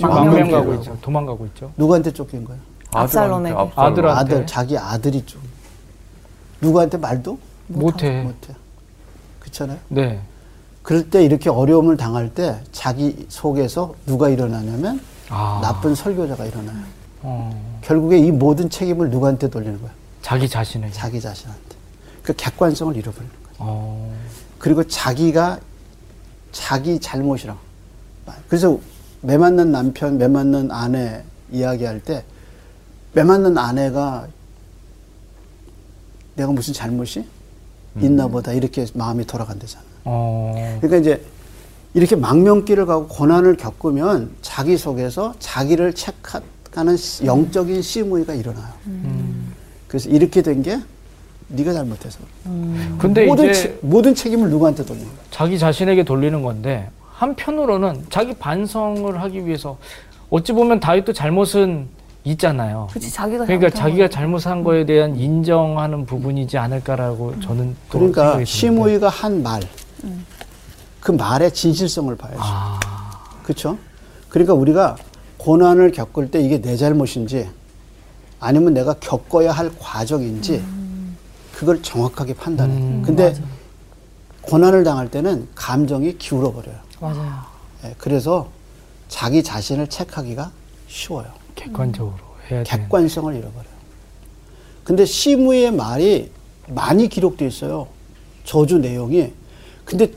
Speaker 5: 망명 가고 아, 있죠. 도망가고 있죠.
Speaker 4: 누구한테 쫓긴 거예요?
Speaker 2: 압살롬에게.
Speaker 1: 아들한테, 압살롬.
Speaker 5: 아들한테.
Speaker 4: 아들, 자기 아들이 쫓. 누구한테 말도
Speaker 5: 못해.
Speaker 4: 못해. 그렇잖아요.
Speaker 5: 네.
Speaker 4: 그럴 때 이렇게 어려움을 당할 때 자기 속에서 누가 일어나냐면
Speaker 5: 아,
Speaker 4: 나쁜 설교자가 일어나요.
Speaker 5: 어,
Speaker 4: 결국에 이 모든 책임을 누구한테 돌리는 거야?
Speaker 5: 자기 자신에게.
Speaker 4: 자기 자신한테. 그 객관성을 잃어버리는 거야.
Speaker 5: 어,
Speaker 4: 그리고 자기가 자기 잘못이라. 그래서 매 맞는 남편, 매 맞는 아내 이야기할 때 매 맞는 아내가 내가 무슨 잘못이 있나 보다 이렇게 마음이 돌아간대잖아.
Speaker 5: 어,
Speaker 4: 그러니까 이제 이렇게 망명길을 가고 고난을 겪으면 자기 속에서 자기를 체크하는 시-
Speaker 5: 음.
Speaker 4: 영적인 시무이가 일어나요. 그래서 이렇게 된 게 네가 잘못해서
Speaker 5: 근데
Speaker 4: 모든,
Speaker 5: 이제
Speaker 4: 책- 모든 책임을 누구한테 돌리는 거야?
Speaker 5: 자기 자신에게 돌리는 건데 한편으로는 자기 반성을 하기 위해서 어찌 보면 다윗도 잘못은 있잖아요.
Speaker 2: 그치 자기가 잘못한
Speaker 5: 그러니까
Speaker 2: 음.
Speaker 5: 자기가 잘못한 거에 대한 인정하는 부분이지 않을까라고 저는 또
Speaker 4: 그러니까
Speaker 5: 생각이 드는데.
Speaker 4: 시무이가 한 말, 그 말의 진실성을 봐야죠.
Speaker 5: 아.
Speaker 4: 그렇죠? 그러니까 우리가 고난을 겪을 때 이게 내 잘못인지 아니면 내가 겪어야 할 과정인지 그걸 정확하게 판단해.
Speaker 5: 음,
Speaker 4: 요 근데 고난을 당할 때는 감정이 기울어 버려요. 예,
Speaker 6: 맞아요.
Speaker 4: 그래서 자기 자신을 체크하기가 쉬워요.
Speaker 5: 객관적으로 해야 돼.
Speaker 4: 객관성을 잃어버려요. 근데 시무의 말이 많이 기록돼 있어요. 저주 내용이. 근데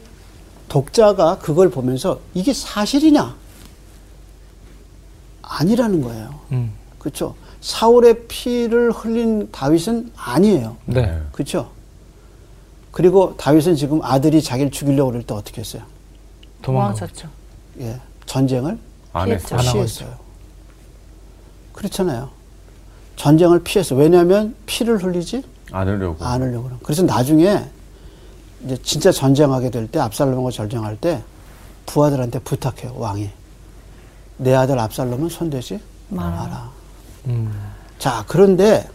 Speaker 4: 독자가 그걸 보면서 이게 사실이냐? 아니라는 거예요.
Speaker 5: 음.
Speaker 4: 그렇죠? 사울의 피를 흘린 다윗은 아니에요.
Speaker 5: 네.
Speaker 4: 그렇죠? 그리고 다윗은 지금 아들이 자기를 죽이려고 그럴 때 어떻게 했어요?
Speaker 5: 도망가고.
Speaker 4: 예. 전쟁을
Speaker 2: 예.
Speaker 1: 안 했어.
Speaker 5: 안 하고
Speaker 4: 피했어요. 그렇잖아요. 전쟁을 피했어. 왜냐하면 피를 흘리지
Speaker 1: 안 하려고.
Speaker 4: 않으려고. 그럼. 그래서 나중에 이제 진짜 전쟁하게 될 때 압살롬과 전쟁할 때 부하들한테 부탁해요. 왕이 내 아들 압살롬은 손대지 말아라.
Speaker 5: 음.
Speaker 4: 자 그런데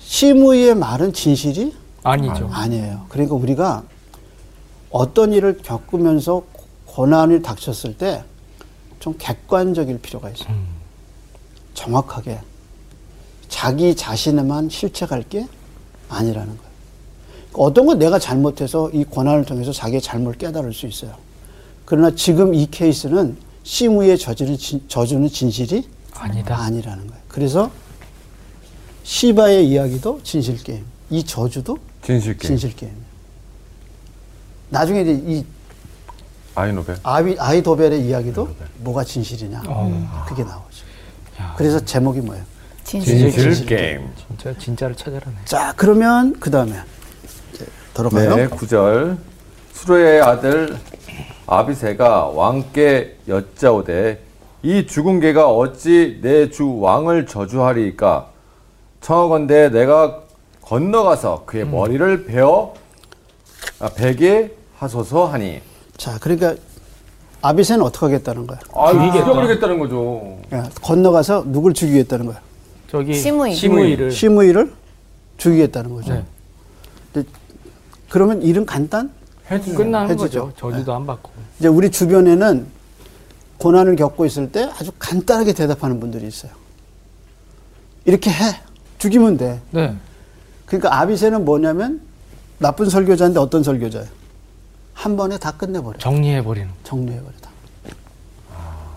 Speaker 4: 시므이의 말은 진실이
Speaker 5: 아니죠.
Speaker 4: 아니에요. 그러니까 우리가 어떤 일을 겪으면서 고난이 닥쳤을 때 좀 객관적일 필요가 있어요.
Speaker 5: 음.
Speaker 4: 정확하게 자기 자신에만 실체갈 게 아니라는 거예요. 어떤 건 내가 잘못해서 이 고난을 통해서 자기의 잘못을 깨달을 수 있어요. 그러나 지금 이 케이스는 심의의 저주는, 진, 저주는 진실이
Speaker 5: 아니다.
Speaker 4: 아니라는 거예요. 그래서 시바의 이야기도 진실 게임, 이 저주도
Speaker 1: 진실게.
Speaker 4: 진실 게임. 나중에 이제 이
Speaker 1: 아이노벨.
Speaker 4: 아비, 아이도벨의 이야기도 뭐가 진실이냐 음, 그게 나오죠. 그래서 제목이 뭐예요?
Speaker 2: 진실.
Speaker 1: 진실 게임.
Speaker 5: 진짜 진짜를 찾아라네.
Speaker 4: 자 그러면 그 다음에 들어가요.
Speaker 1: 네, 9절. 수로의 아들 아비세가 왕께 여짜오되 이 죽은 개가 어찌 내 주 왕을 저주하리이까 청하건대 내가 건너가서
Speaker 2: 음.
Speaker 1: 그의 머리를 베어 아, 베게 하소서 하니
Speaker 4: 자, 그러니까 아비세는 어떻게 하겠다는 거야?
Speaker 1: 아,
Speaker 5: 죽이겠다.
Speaker 1: 죽여버리겠다는 거죠.
Speaker 4: 예, 건너가서 누굴 죽이겠다는 거야?
Speaker 5: 저기
Speaker 2: 시므이.
Speaker 5: 시무이를
Speaker 4: 시므이를 죽이겠다는 거죠. 근데 그러면 일은 간단?
Speaker 5: 끝나는
Speaker 4: 해주죠. 네.
Speaker 5: 거죠. 저주도 안 받고.
Speaker 4: 이제 우리 주변에는 고난을 겪고 있을 때 아주 간단하게 대답하는 분들이 있어요. 이렇게 해. 죽이면 돼.
Speaker 5: 네.
Speaker 4: 그러니까 아비세는 뭐냐면 나쁜 설교자인데 어떤 설교자예요? 한 번에 다 끝내버려.
Speaker 5: 정리해 버리는.
Speaker 4: 정리해버리다.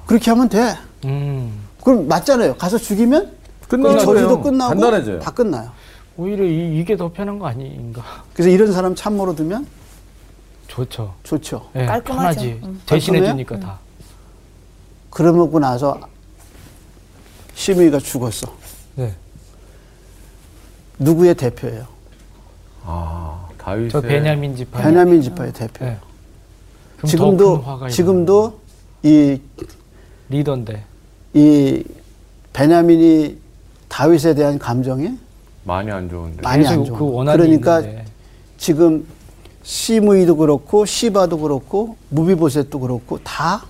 Speaker 4: 그렇게 하면 돼.
Speaker 5: 음.
Speaker 4: 그럼 맞잖아요. 가서 죽이면
Speaker 1: 끝나는
Speaker 4: 이 저주도
Speaker 1: 거예요.
Speaker 4: 끝나고
Speaker 1: 간단해져요.
Speaker 4: 다 끝나요.
Speaker 5: 오히려 이, 이게 더 편한 거 아닌가?
Speaker 4: 그래서 이런 사람 참모로 두면
Speaker 5: 좋죠.
Speaker 4: 좋죠.
Speaker 5: 예,
Speaker 2: 깔끔하죠. 음.
Speaker 5: 편하지. 대신해
Speaker 4: 깔끔해요? 음.
Speaker 5: 주니까 다.
Speaker 4: 그러고 나서 시므이가 죽었어.
Speaker 5: 네.
Speaker 4: 누구의 대표예요?
Speaker 1: 아, 다윗의
Speaker 5: 저 베냐민 지파.
Speaker 4: 베냐민 지파의 대표.
Speaker 1: 네.
Speaker 5: 예. 그럼 더 큰
Speaker 4: 지금도
Speaker 5: 화가
Speaker 4: 지금도 이,
Speaker 5: 일어나요. 리더인데.
Speaker 4: 이 베냐민이 다윗에 대한 감정이
Speaker 1: 많이 안 좋은데.
Speaker 4: 많이 안
Speaker 5: 계속
Speaker 4: 좋아.
Speaker 5: 그 원한이
Speaker 4: 그러니까
Speaker 5: 있는데.
Speaker 4: 지금 시므이도 그렇고 시바도 그렇고 무비보셋도 그렇고 다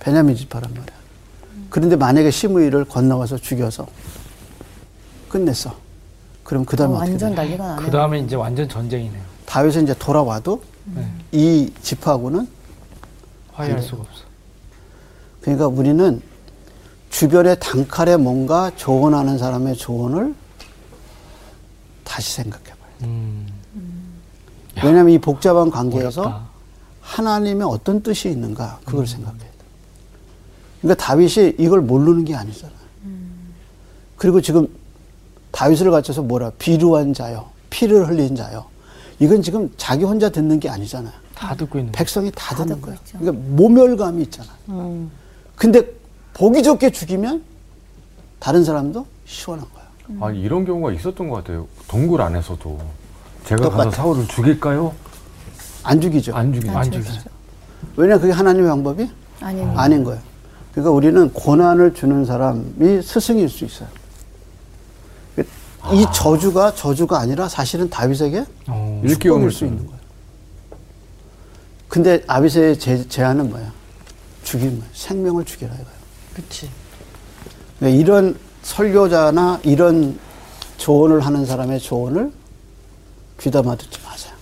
Speaker 4: 베냐민 지파란 말이야. 그런데 만약에 시므이를 건너가서 죽여서 끝냈어. 그럼 그 다음에 어떻게
Speaker 2: 완전
Speaker 4: 돼?
Speaker 2: 난리가 아, 나네.
Speaker 5: 그 다음에 이제 완전 전쟁이네요.
Speaker 4: 다윗은 이제 돌아와도
Speaker 2: 음.
Speaker 5: 네.
Speaker 4: 이 지파하고는 음.
Speaker 5: 화해할 수가 없어.
Speaker 4: 그러니까 우리는 주변의 단칼에 뭔가 조언하는 사람의 조언을 다시 생각해봐요.
Speaker 5: 음.
Speaker 4: 왜냐하면 이 복잡한 관계에서
Speaker 5: 어렵다. 음.
Speaker 4: 하나님의 어떤 뜻이 있는가 그걸 생각해야 돼. 그러니까 다윗이 이걸 모르는 게 아니잖아. 요 그리고 지금 다윗을 갖춰서 뭐라 비루한 자요, 피를 흘린 자요. 이건 지금 자기 혼자 듣는 게 아니잖아요.
Speaker 5: 다 듣고 있는. 거.
Speaker 4: 백성이 다 듣는 거예요.
Speaker 2: 있죠. 음.
Speaker 4: 그러니까 모멸감이 있잖아. 요 근데 보기 좋게 죽이면 다른 사람도 시원한 거야.
Speaker 1: 아 이런 경우가 있었던 것 같아요. 동굴 안에서도 제가
Speaker 4: 똑같아.
Speaker 1: 가서 사울을 죽일까요?
Speaker 4: 안 죽이죠.
Speaker 1: 안 죽이죠.
Speaker 5: 안 죽이죠.
Speaker 4: 왜냐 그게 하나님의 방법이
Speaker 2: 아니요.
Speaker 4: 아닌 거예요. 그러니까 우리는 고난을 주는 사람이 스승일 수 있어요. 이 저주가 저주가 아니라 사실은 다윗에게
Speaker 5: 어.
Speaker 1: 일깨움을
Speaker 4: 축복일 수 있는 거예요. 근데 아비세의 제, 제안은 뭐야? 죽임, 생명을 죽이라 이거예요.
Speaker 6: 그치.
Speaker 4: 그러니까 이런 설교자나 이런 조언을 하는 사람의 조언을 귀담아 듣지 마세요.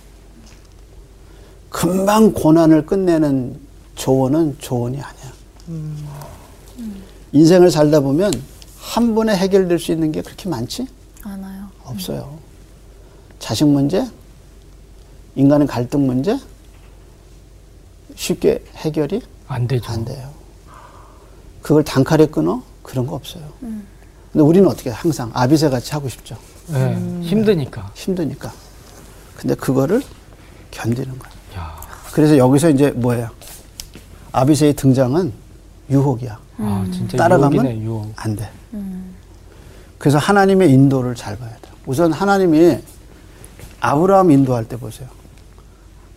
Speaker 4: 금방 고난을 끝내는 조언은 조언이 아니야. 인생을 살다 보면 한 번에 해결될 수 있는 게 그렇게 많지
Speaker 2: 안 와요.
Speaker 4: 없어요. 자식 문제, 인간의 갈등 문제 쉽게 해결이
Speaker 5: 안 되죠.
Speaker 4: 안 돼요. 그걸 단칼에 끊어? 그런 거 없어요. 근데 우리는 어떻게 해요? 항상 아비새 같이 하고 싶죠.
Speaker 5: 예,
Speaker 2: 음.
Speaker 5: 힘드니까.
Speaker 4: 힘드니까. 근데 그거를 견디는 거예요.
Speaker 5: 야,
Speaker 4: 그래서 여기서 이제 뭐예요? 아비새의 등장은 유혹이야.
Speaker 2: 음.
Speaker 5: 아, 진짜
Speaker 4: 따라가면
Speaker 5: 유혹이네, 유혹.
Speaker 4: 안 돼. 그래서 하나님의 인도를 잘 봐야 돼요. 우선 하나님이 아브라함 인도할 때 보세요.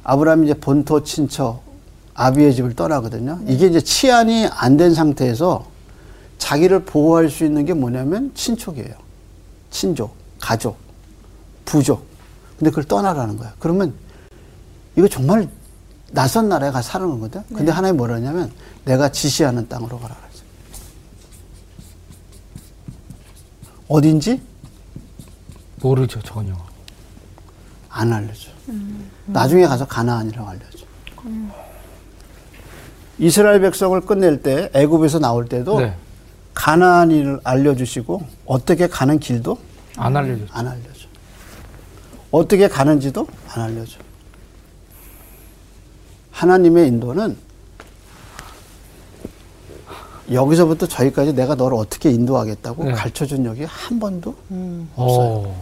Speaker 4: 아브라함이 이제 본토 친척 아비의 집을 떠나거든요. 이게 이제 치안이 안 된 상태에서 자기를 보호할 수 있는 게 뭐냐면 친척이에요. 친족, 가족, 부족. 근데 그걸 떠나라는 거야. 그러면 이거 정말 낯선 나라에 가서 사는 거거든. 근데 하나님이 뭐라 하냐면 내가 지시하는 땅으로 가라 그랬어요. 어딘지
Speaker 5: 모르죠, 전혀.
Speaker 4: 안 알려줘. 나중에 가서 가나안이라고 알려줘. 이스라엘 백성을 끝낼 때 애굽에서 나올 때도
Speaker 5: 네.
Speaker 4: 가나안을 알려주시고 어떻게 가는 길도
Speaker 5: 안 알려줘.
Speaker 4: 안 알려줘. 어떻게 가는지도 안 알려줘. 하나님의 인도는 여기서부터 저기까지 내가 너를 어떻게 인도하겠다고
Speaker 5: 네.
Speaker 4: 가르쳐 준 적이 한 번도
Speaker 5: 음. 오.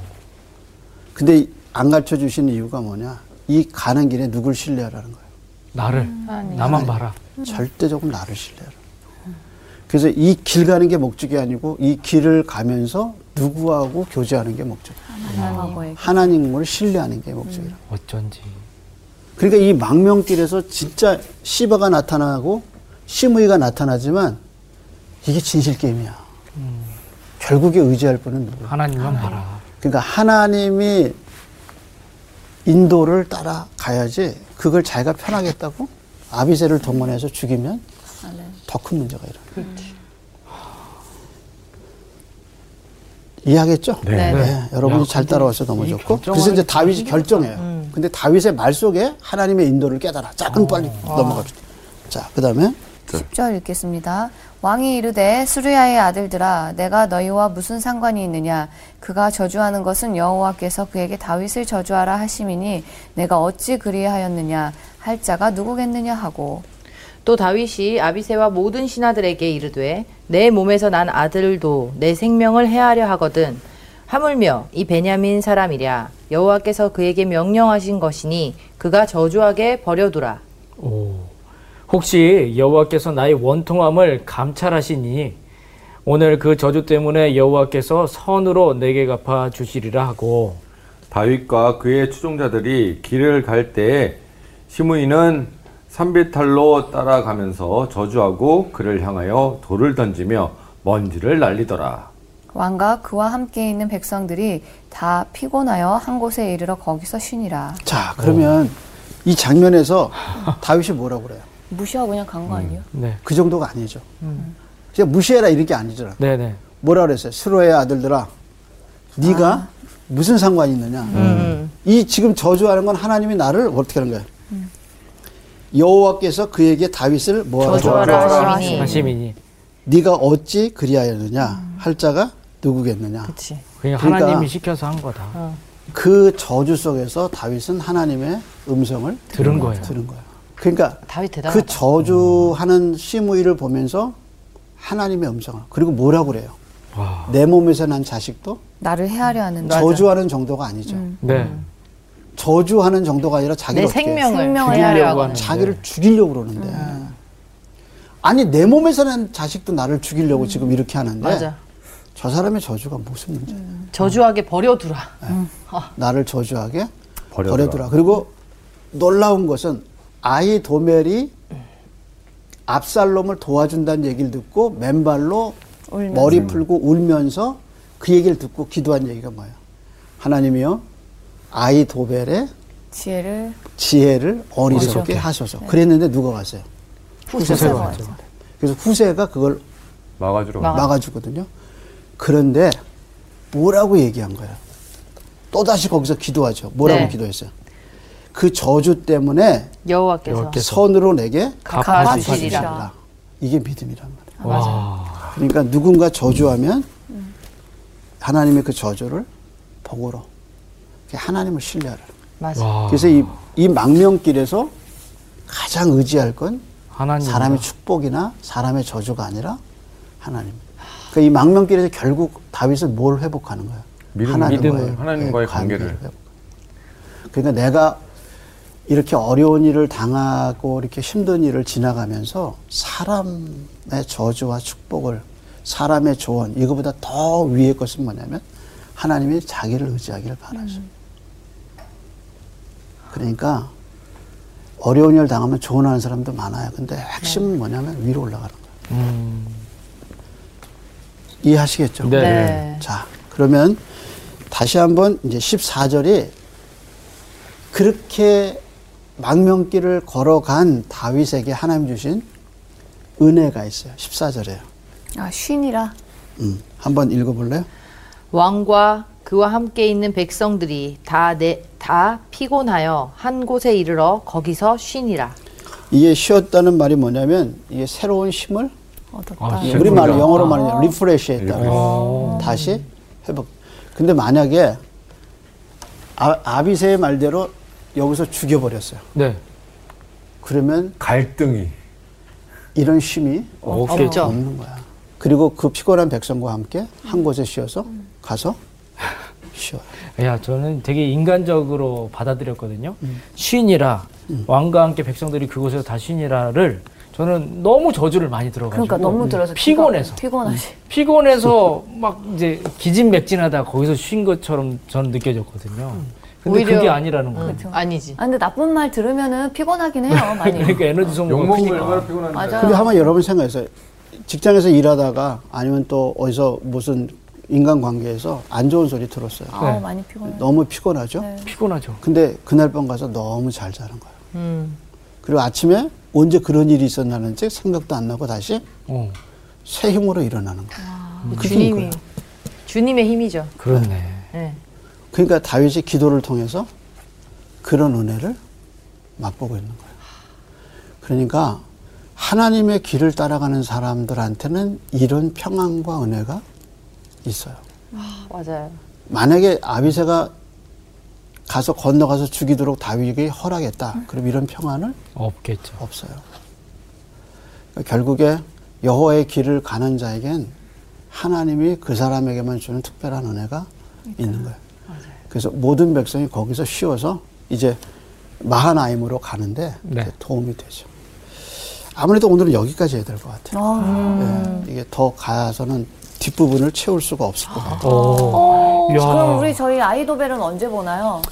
Speaker 4: 근데 안 가르쳐 주시는 이유가 뭐냐? 이 가는 길에 누굴 신뢰하라는 거예요.
Speaker 5: 나를.
Speaker 2: 음.
Speaker 5: 나만 봐라.
Speaker 4: 절대적으로 나를 신뢰하라. 그래서 이 길 가는 게 목적이 아니고 이 길을 가면서 누구하고 교제하는 게 목적.
Speaker 6: 음.
Speaker 2: 과거에
Speaker 4: 하나님을 신뢰하는 게 목적이라.
Speaker 5: 음. 어쩐지.
Speaker 4: 그러니까 이 망명길에서 진짜 시바가 나타나고 시므이가 나타나지만 이게 진실 게임이야. 결국에 의지할 분은 누구?
Speaker 2: 아,
Speaker 5: 하나님만
Speaker 2: 네.
Speaker 5: 봐라.
Speaker 4: 그러니까 하나님이 인도를 따라가야지 그걸 자기가 편하겠다고 아비제를 동원해서 죽이면 더 큰 문제가 일어나. 이해하겠죠?
Speaker 1: 네.
Speaker 4: 여러분도 잘 따라와서 너무
Speaker 5: 이
Speaker 4: 좋고.
Speaker 5: 결정하는
Speaker 4: 그래서 이제 다윗이 결정해요. 근데 다윗의 말 속에 하나님의 인도를 깨달아. 자, 그럼 빨리 넘어갑시다. 자, 그 다음에
Speaker 2: 10절 읽겠습니다. 왕이 이르되 수르야의 아들들아 내가 너희와 무슨 상관이 있느냐 그가 저주하는 것은 여호와께서 그에게 다윗을 저주하라 하심이니 내가 어찌 그리하였느냐 할 자가 누구겠느냐 하고
Speaker 6: 또 다윗이 아비세와 모든 신하들에게 이르되 내 몸에서 난 아들도 내 생명을 해하려 하거든 하물며 이 베냐민 사람이랴 여호와께서 그에게 명령하신 것이니 그가 저주하게 버려두라
Speaker 5: 오. 혹시 여호와께서 나의 원통함을 감찰하시니 오늘 그 저주 때문에 여호와께서 선으로 내게 갚아 주시리라 하고
Speaker 1: 다윗과 그의 추종자들이 길을 갈 때에 시므이는 산비탈로 따라가면서 저주하고 그를 향하여 돌을 던지며 먼지를 날리더라.
Speaker 2: 왕과 그와 함께 있는 백성들이 다 피곤하여 한 곳에 이르러 거기서 쉬니라
Speaker 4: 자, 그러면 이 장면에서 다윗이 뭐라고 그래요?
Speaker 2: 무시하고 그냥 간 거 아니에요?
Speaker 5: 네.
Speaker 4: 그 정도가 아니죠. 그냥 무시해라 이런 게 아니잖아.
Speaker 5: 네, 네.
Speaker 4: 뭐라 그랬어요? 스로의 아들들아, 네가 무슨 상관이 있느냐?
Speaker 6: 음.
Speaker 4: 이 지금 저주하는 건 하나님이 나를 어떻게 하는 거야? 여호와께서 그에게 다윗을 뭐하라?
Speaker 6: 저주하라
Speaker 2: 저주하라
Speaker 6: 하심이니
Speaker 5: 하심이니
Speaker 4: 네가 어찌 그리하였느냐? 할 자가 누구겠느냐?
Speaker 6: 그치.
Speaker 5: 그냥
Speaker 4: 그러니까-
Speaker 5: 하나님이 시켜서 한 거다.
Speaker 2: 어.
Speaker 4: 그 저주 속에서 다윗은 하나님의 음성을
Speaker 5: 들은 거예요.
Speaker 4: 들은 거야. 그러니까
Speaker 6: 다윗
Speaker 4: 그
Speaker 6: 대단하다
Speaker 4: 저주하는 시므이를 보면서 하나님의 음성을 그리고 뭐라고 그래요?
Speaker 5: 와.
Speaker 4: 내 몸에서 난 자식도
Speaker 2: 나를 헤아려 하는
Speaker 4: 저주하는 정도가 아니죠.
Speaker 2: 음.
Speaker 5: 네.
Speaker 4: 저주하는 정도가 아니라
Speaker 6: 내
Speaker 4: 자기를 어떻게 해요?
Speaker 6: 생명을 네. 음.
Speaker 2: 생명을
Speaker 6: 해하려
Speaker 5: 죽이려고
Speaker 6: 하거든
Speaker 5: 하는
Speaker 4: 자기를 죽이려고 그러는데 아니 내 몸에서 난 자식도 나를 죽이려고 지금 이렇게 하는데
Speaker 6: 음. 맞아 음.
Speaker 4: 저 사람의 저주가 무슨 문제야?
Speaker 6: 네. 저주하게 버려두라
Speaker 4: 나를 저주하게
Speaker 1: 버려두라.
Speaker 4: 버려두라. 그리고 놀라운 것은 아이 도멜이 압살롬을 도와준다는 얘기를 듣고 맨발로
Speaker 2: 울면서.
Speaker 4: 머리 풀고 울면서 그 얘기를 듣고 기도한 얘기가 뭐예요? 하나님이요 아이 도벨의
Speaker 2: 지혜를
Speaker 4: 지혜를 어리석게 하소서. 그랬는데 누가 갔어요?
Speaker 2: 후세가 가죠.
Speaker 4: 그래서 후세가 그걸
Speaker 1: 막아주러
Speaker 6: 막-
Speaker 4: 막아주거든요. 그런데 뭐라고 얘기한 거야? 또다시 거기서 기도하죠. 뭐라고
Speaker 6: 네.
Speaker 4: 기도했어요? 그 저주 때문에
Speaker 6: 여호와께서
Speaker 5: 여호와께서.
Speaker 4: 선으로 내게
Speaker 6: 갚아주시리라.
Speaker 4: 갚아주시리라. 이게 믿음이란 말이야.
Speaker 2: 아,
Speaker 5: 와.
Speaker 4: 그러니까 누군가 저주하면 하나님의 그 저주를 복으로 이렇게 하나님을 신뢰하라.
Speaker 6: 맞아
Speaker 5: 와.
Speaker 4: 그래서 이, 이 망명길에서 가장 의지할 건
Speaker 5: 하나님
Speaker 4: 사람의 축복이나 사람의 저주가 아니라 하나님. 그러니까 이 망명길에서 결국 다윗은 뭘 회복하는 거야?
Speaker 1: 믿음,
Speaker 4: 하나님과의-
Speaker 1: 믿음을, 하나님과의
Speaker 4: 네,
Speaker 1: 관계를.
Speaker 4: 회복하는 거야. 그러니까 내가 이렇게 어려운 일을 당하고 이렇게 힘든 일을 지나가면서 사람의 저주와 축복을 사람의 조언 이거보다 더 위의 것은 뭐냐면 하나님이 자기를 의지하기를 바라죠. 그러니까 어려운 일 당하면 조언하는 사람도 많아요. 근데 핵심은 뭐냐면 위로 올라가는 거예요.
Speaker 5: 음.
Speaker 4: 이해하시겠죠?
Speaker 5: 네.
Speaker 6: 네.
Speaker 4: 자, 그러면 다시 한번 이제 14절이 그렇게 망명길을 걸어간 다윗에게 하나님 주신 은혜가 있어요. 14절에요.
Speaker 2: 아 쉰이라
Speaker 4: 음, 한번 읽어볼래요?
Speaker 6: 왕과 그와 함께 있는 백성들이 다, 내, 다 피곤하여 한 곳에 이르러 거기서 쉬니라.
Speaker 4: 이게 쉬었다는 말이 뭐냐면 이게 새로운 힘을
Speaker 2: 얻었다.
Speaker 5: 아,
Speaker 4: 예,
Speaker 5: 아,
Speaker 4: 우리 말로
Speaker 5: 그러니까.
Speaker 4: 영어로 말하면 아. 리프레시 했다. 다시 회복. 근데 만약에 아, 아비세의 말대로 여기서 죽여버렸어요.
Speaker 5: 네.
Speaker 4: 그러면
Speaker 1: 갈등이.
Speaker 4: 이런 쉼이
Speaker 5: 없겠죠.
Speaker 4: 없는 거야. 그리고 그 피곤한 백성과 함께 한 곳에 쉬어서 가서 쉬어요.
Speaker 5: 야, 저는 되게
Speaker 4: 음.
Speaker 5: 인간적으로 받아들였거든요. 쉰이라 왕과 함께 백성들이 그곳에서 다 쉰이라를 저는 너무 저주를 많이 들어가지고 음.
Speaker 2: 그러니까 너무 들어서
Speaker 5: 피곤해서 음.
Speaker 2: 피곤- 피곤하지.
Speaker 5: 피곤해서 막 이제 기진맥진하다 거기서 쉰 것처럼 저는 느껴졌거든요. 근데
Speaker 6: 오히려-
Speaker 5: 그게 아니라는 거예요.
Speaker 6: 아니지.
Speaker 2: 아, 근데 나쁜 말 들으면은 피곤하긴 해요, 많이.
Speaker 5: 그러니까 에너지 소모가
Speaker 1: 욕먹으면
Speaker 5: 크니까.
Speaker 1: 얼마나 피곤한데.
Speaker 2: 맞아요.
Speaker 4: 근데 한번 여러분 생각해서 직장에서 일하다가 아니면 또 어디서 무슨 인간관계에서 안 좋은 소리 들었어요.
Speaker 2: 아,
Speaker 5: 네.
Speaker 2: 많이 피곤해.
Speaker 4: 너무 피곤하죠?
Speaker 5: 피곤하죠.
Speaker 4: 근데 그날 밤 가서 너무 잘 자는 거예요.
Speaker 2: 음.
Speaker 6: 음.
Speaker 4: 그리고 아침에 언제 그런 일이 있었나는지 생각도 안 나고 다시
Speaker 5: 어,
Speaker 4: 새 힘으로 일어나는 거예요.
Speaker 2: 아,
Speaker 5: 음,
Speaker 4: 그게
Speaker 6: 주님이
Speaker 4: 이거예요.
Speaker 6: 주님의 힘이죠.
Speaker 5: 그렇네.
Speaker 6: 네.
Speaker 4: 그러니까 다윗이 기도를 통해서 그런 은혜를 맛보고 있는 거예요. 그러니까 하나님의 길을 따라가는 사람들한테는 이런 평안과 은혜가 있어요.
Speaker 6: 맞아요.
Speaker 4: 만약에 아비세가 가서 건너가서 죽이도록 다윗에게 허락했다. 그럼 이런 평안을
Speaker 5: 없겠죠.
Speaker 4: 없어요. 그러니까 결국에 여호와의 길을 가는 자에겐 하나님이 그 사람에게만 주는 특별한 은혜가 있는 거예요. 그래서 모든 백성이 거기서 쉬어서 이제 마하나임으로 가는데
Speaker 5: 네.
Speaker 4: 이제 도움이 되죠. 아무래도 오늘은 여기까지 해야 될 것 같아요.
Speaker 2: 아,
Speaker 4: 예, 이게 더 가서는 뒷부분을 채울 수가 없을 것 같아요.
Speaker 5: 어, 야.
Speaker 2: 그럼 우리 저희 아이도벨은 언제 보나요?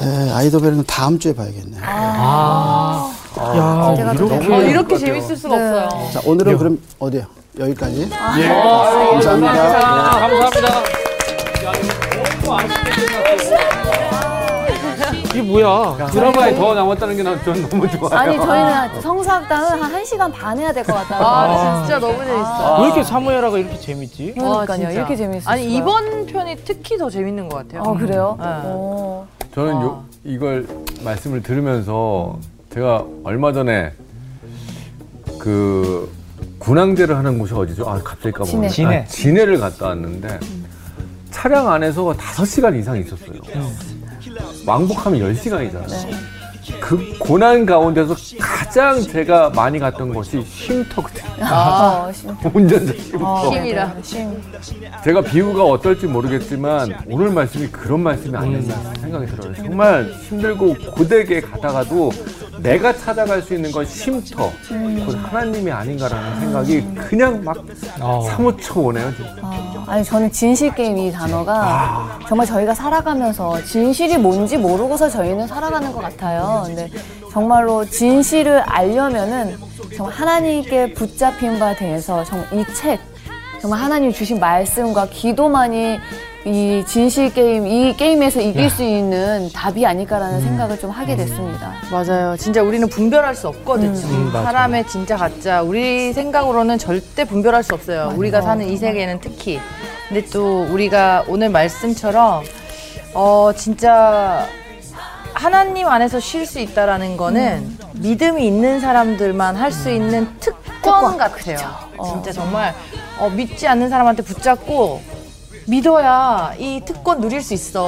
Speaker 4: 예, 아이더벨은 다음 주에 봐야겠네요.
Speaker 5: 아, 야,
Speaker 2: 제가 좀
Speaker 5: 이렇게
Speaker 6: 어, 이렇게 재밌을 수가
Speaker 2: 네.
Speaker 6: 없어요.
Speaker 4: 자, 오늘은 그럼 어디요? 여기까지. 네.
Speaker 5: 아, 감사합니다. 야, 이거 너무 아쉽게 끝났어요. 이게 뭐야?
Speaker 1: 드라마에
Speaker 5: 그러니까.
Speaker 1: 더 남았다는 게 난 전 너무 좋아요.
Speaker 2: 아니, 저희는 성수학당은 한 1시간 반 해야 될 것
Speaker 5: 어.
Speaker 2: 같다고.
Speaker 6: 아, 진짜 너무 재밌어.
Speaker 5: 왜 이렇게 사무엘화가 이렇게 재밌지?
Speaker 6: 와,
Speaker 2: 그러니까요.
Speaker 6: 진짜.
Speaker 2: 이렇게 재밌어요.
Speaker 6: 아니 이번 편이 특히 더 재밌는 것 같아요.
Speaker 2: 아, 그래요?
Speaker 6: 네.
Speaker 2: 오.
Speaker 1: 저는 요, 이걸 말씀을 들으면서 제가 얼마 전에 그 군항제를 하는 곳이 어디죠? 아 갑자기 까먹었네.
Speaker 5: 진해.
Speaker 1: 아, 진해를 갔다 왔는데 차량 안에서 5시간 이상 있었어요. 왕복하면 10시간이잖아요.
Speaker 5: 네.
Speaker 1: 그 고난 가운데서 가장 제가 많이 갔던 곳이 쉼터거든요.
Speaker 2: 아, 심,
Speaker 1: 운전자 어, 네, 쉼터.
Speaker 2: 어,
Speaker 5: 아,
Speaker 6: 힘이라.
Speaker 2: 심.
Speaker 1: 제가 비유가 어떨지 모르겠지만 오늘 말씀이 그런 말씀이 아니었나 생각이 들어요. 정말 힘들고 고되게 가다가도 내가 찾아갈 수 있는 건 쉼터, 곧 하나님이 아닌가라는 생각이 그냥 막
Speaker 5: 어.
Speaker 1: 사무쳐 오네요. 지금.
Speaker 2: 아, 아니, 저는 진실게임 이
Speaker 1: 아.
Speaker 2: 단어가 정말 저희가 살아가면서 진실이 뭔지 모르고서 저희는 살아가는 것 같아요. 근데 정말로 진실을 알려면은 정말 하나님께 붙잡힌 바 대해서 정말 이 책, 정말 하나님 주신 말씀과 기도만이 이 진실 게임, 이 게임에서
Speaker 1: 네.
Speaker 2: 이길 수 있는 답이 아닐까라는
Speaker 1: 음.
Speaker 2: 생각을 좀 하게 됐습니다.
Speaker 6: 맞아요. 진짜 우리는 분별할 수 없거든요. 사람의 진짜 가짜. 우리 생각으로는 절대 분별할 수 없어요. 우리가 사는 이 세계는 특히. 근데 또 우리가 오늘 말씀처럼 어 진짜 하나님 안에서 쉴 수 있다라는 거는 믿음이 있는 사람들만 할 수 있는 특권 같아요. 진짜 정말 어, 믿지 않는 사람한테 붙잡고 믿어야 이 특권 누릴 수 있어.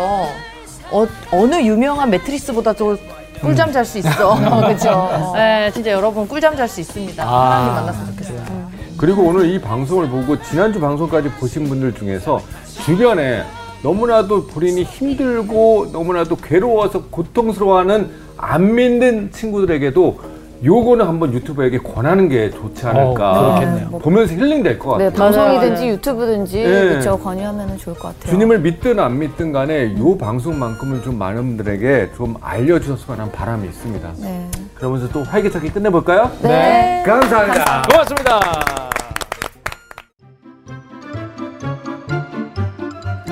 Speaker 6: 어, 어느 유명한 매트리스보다도 꿀잠 잘 수 있어. 그렇죠. 네, 진짜 여러분 꿀잠 잘 수 있습니다. 하나님 만났으면 좋겠어요.
Speaker 1: 그리고 오늘 이 방송을 보고 지난주 방송까지 보신 분들 중에서 주변에 너무나도 본인이 힘들고 너무나도 괴로워서 고통스러워하는 안 믿는 친구들에게도 요거는 한번 유튜브에게 권하는 게 좋지 않을까.
Speaker 5: 어, 그렇겠네요.
Speaker 1: 보면서 힐링 될 것 같아요.
Speaker 2: 네, 방송이든지
Speaker 6: 맞아요.
Speaker 2: 유튜브든지
Speaker 1: 네.
Speaker 2: 그쵸 권유하면 좋을 것 같아요.
Speaker 1: 주님을 믿든 안 믿든 간에 요 방송만큼은 좀 많은 분들에게 좀 알려주셨으면 하는 바람이 있습니다.
Speaker 2: 네.
Speaker 1: 그러면서 또 활기차게 끝내볼까요?
Speaker 5: 네.
Speaker 1: 감사합니다.
Speaker 5: 고맙습니다.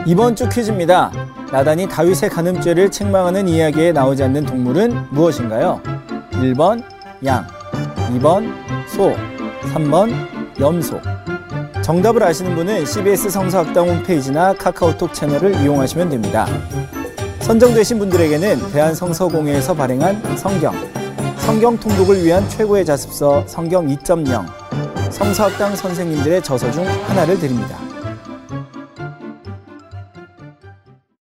Speaker 7: 이번 주 퀴즈입니다. 나단이 다윗의 가늠죄를 책망하는 이야기에 나오지 않는 동물은 무엇인가요? 1번 양, 2번 소, 3번 염소. 정답을 아시는 분은 CBS 성서학당 홈페이지나 카카오톡 채널을 이용하시면 됩니다. 선정되신 분들에게는 대한성서공회에서 발행한 성경, 성경 통독을 위한 최고의 자습서 성경 2.0, 성서학당 선생님들의 저서 중 하나를 드립니다.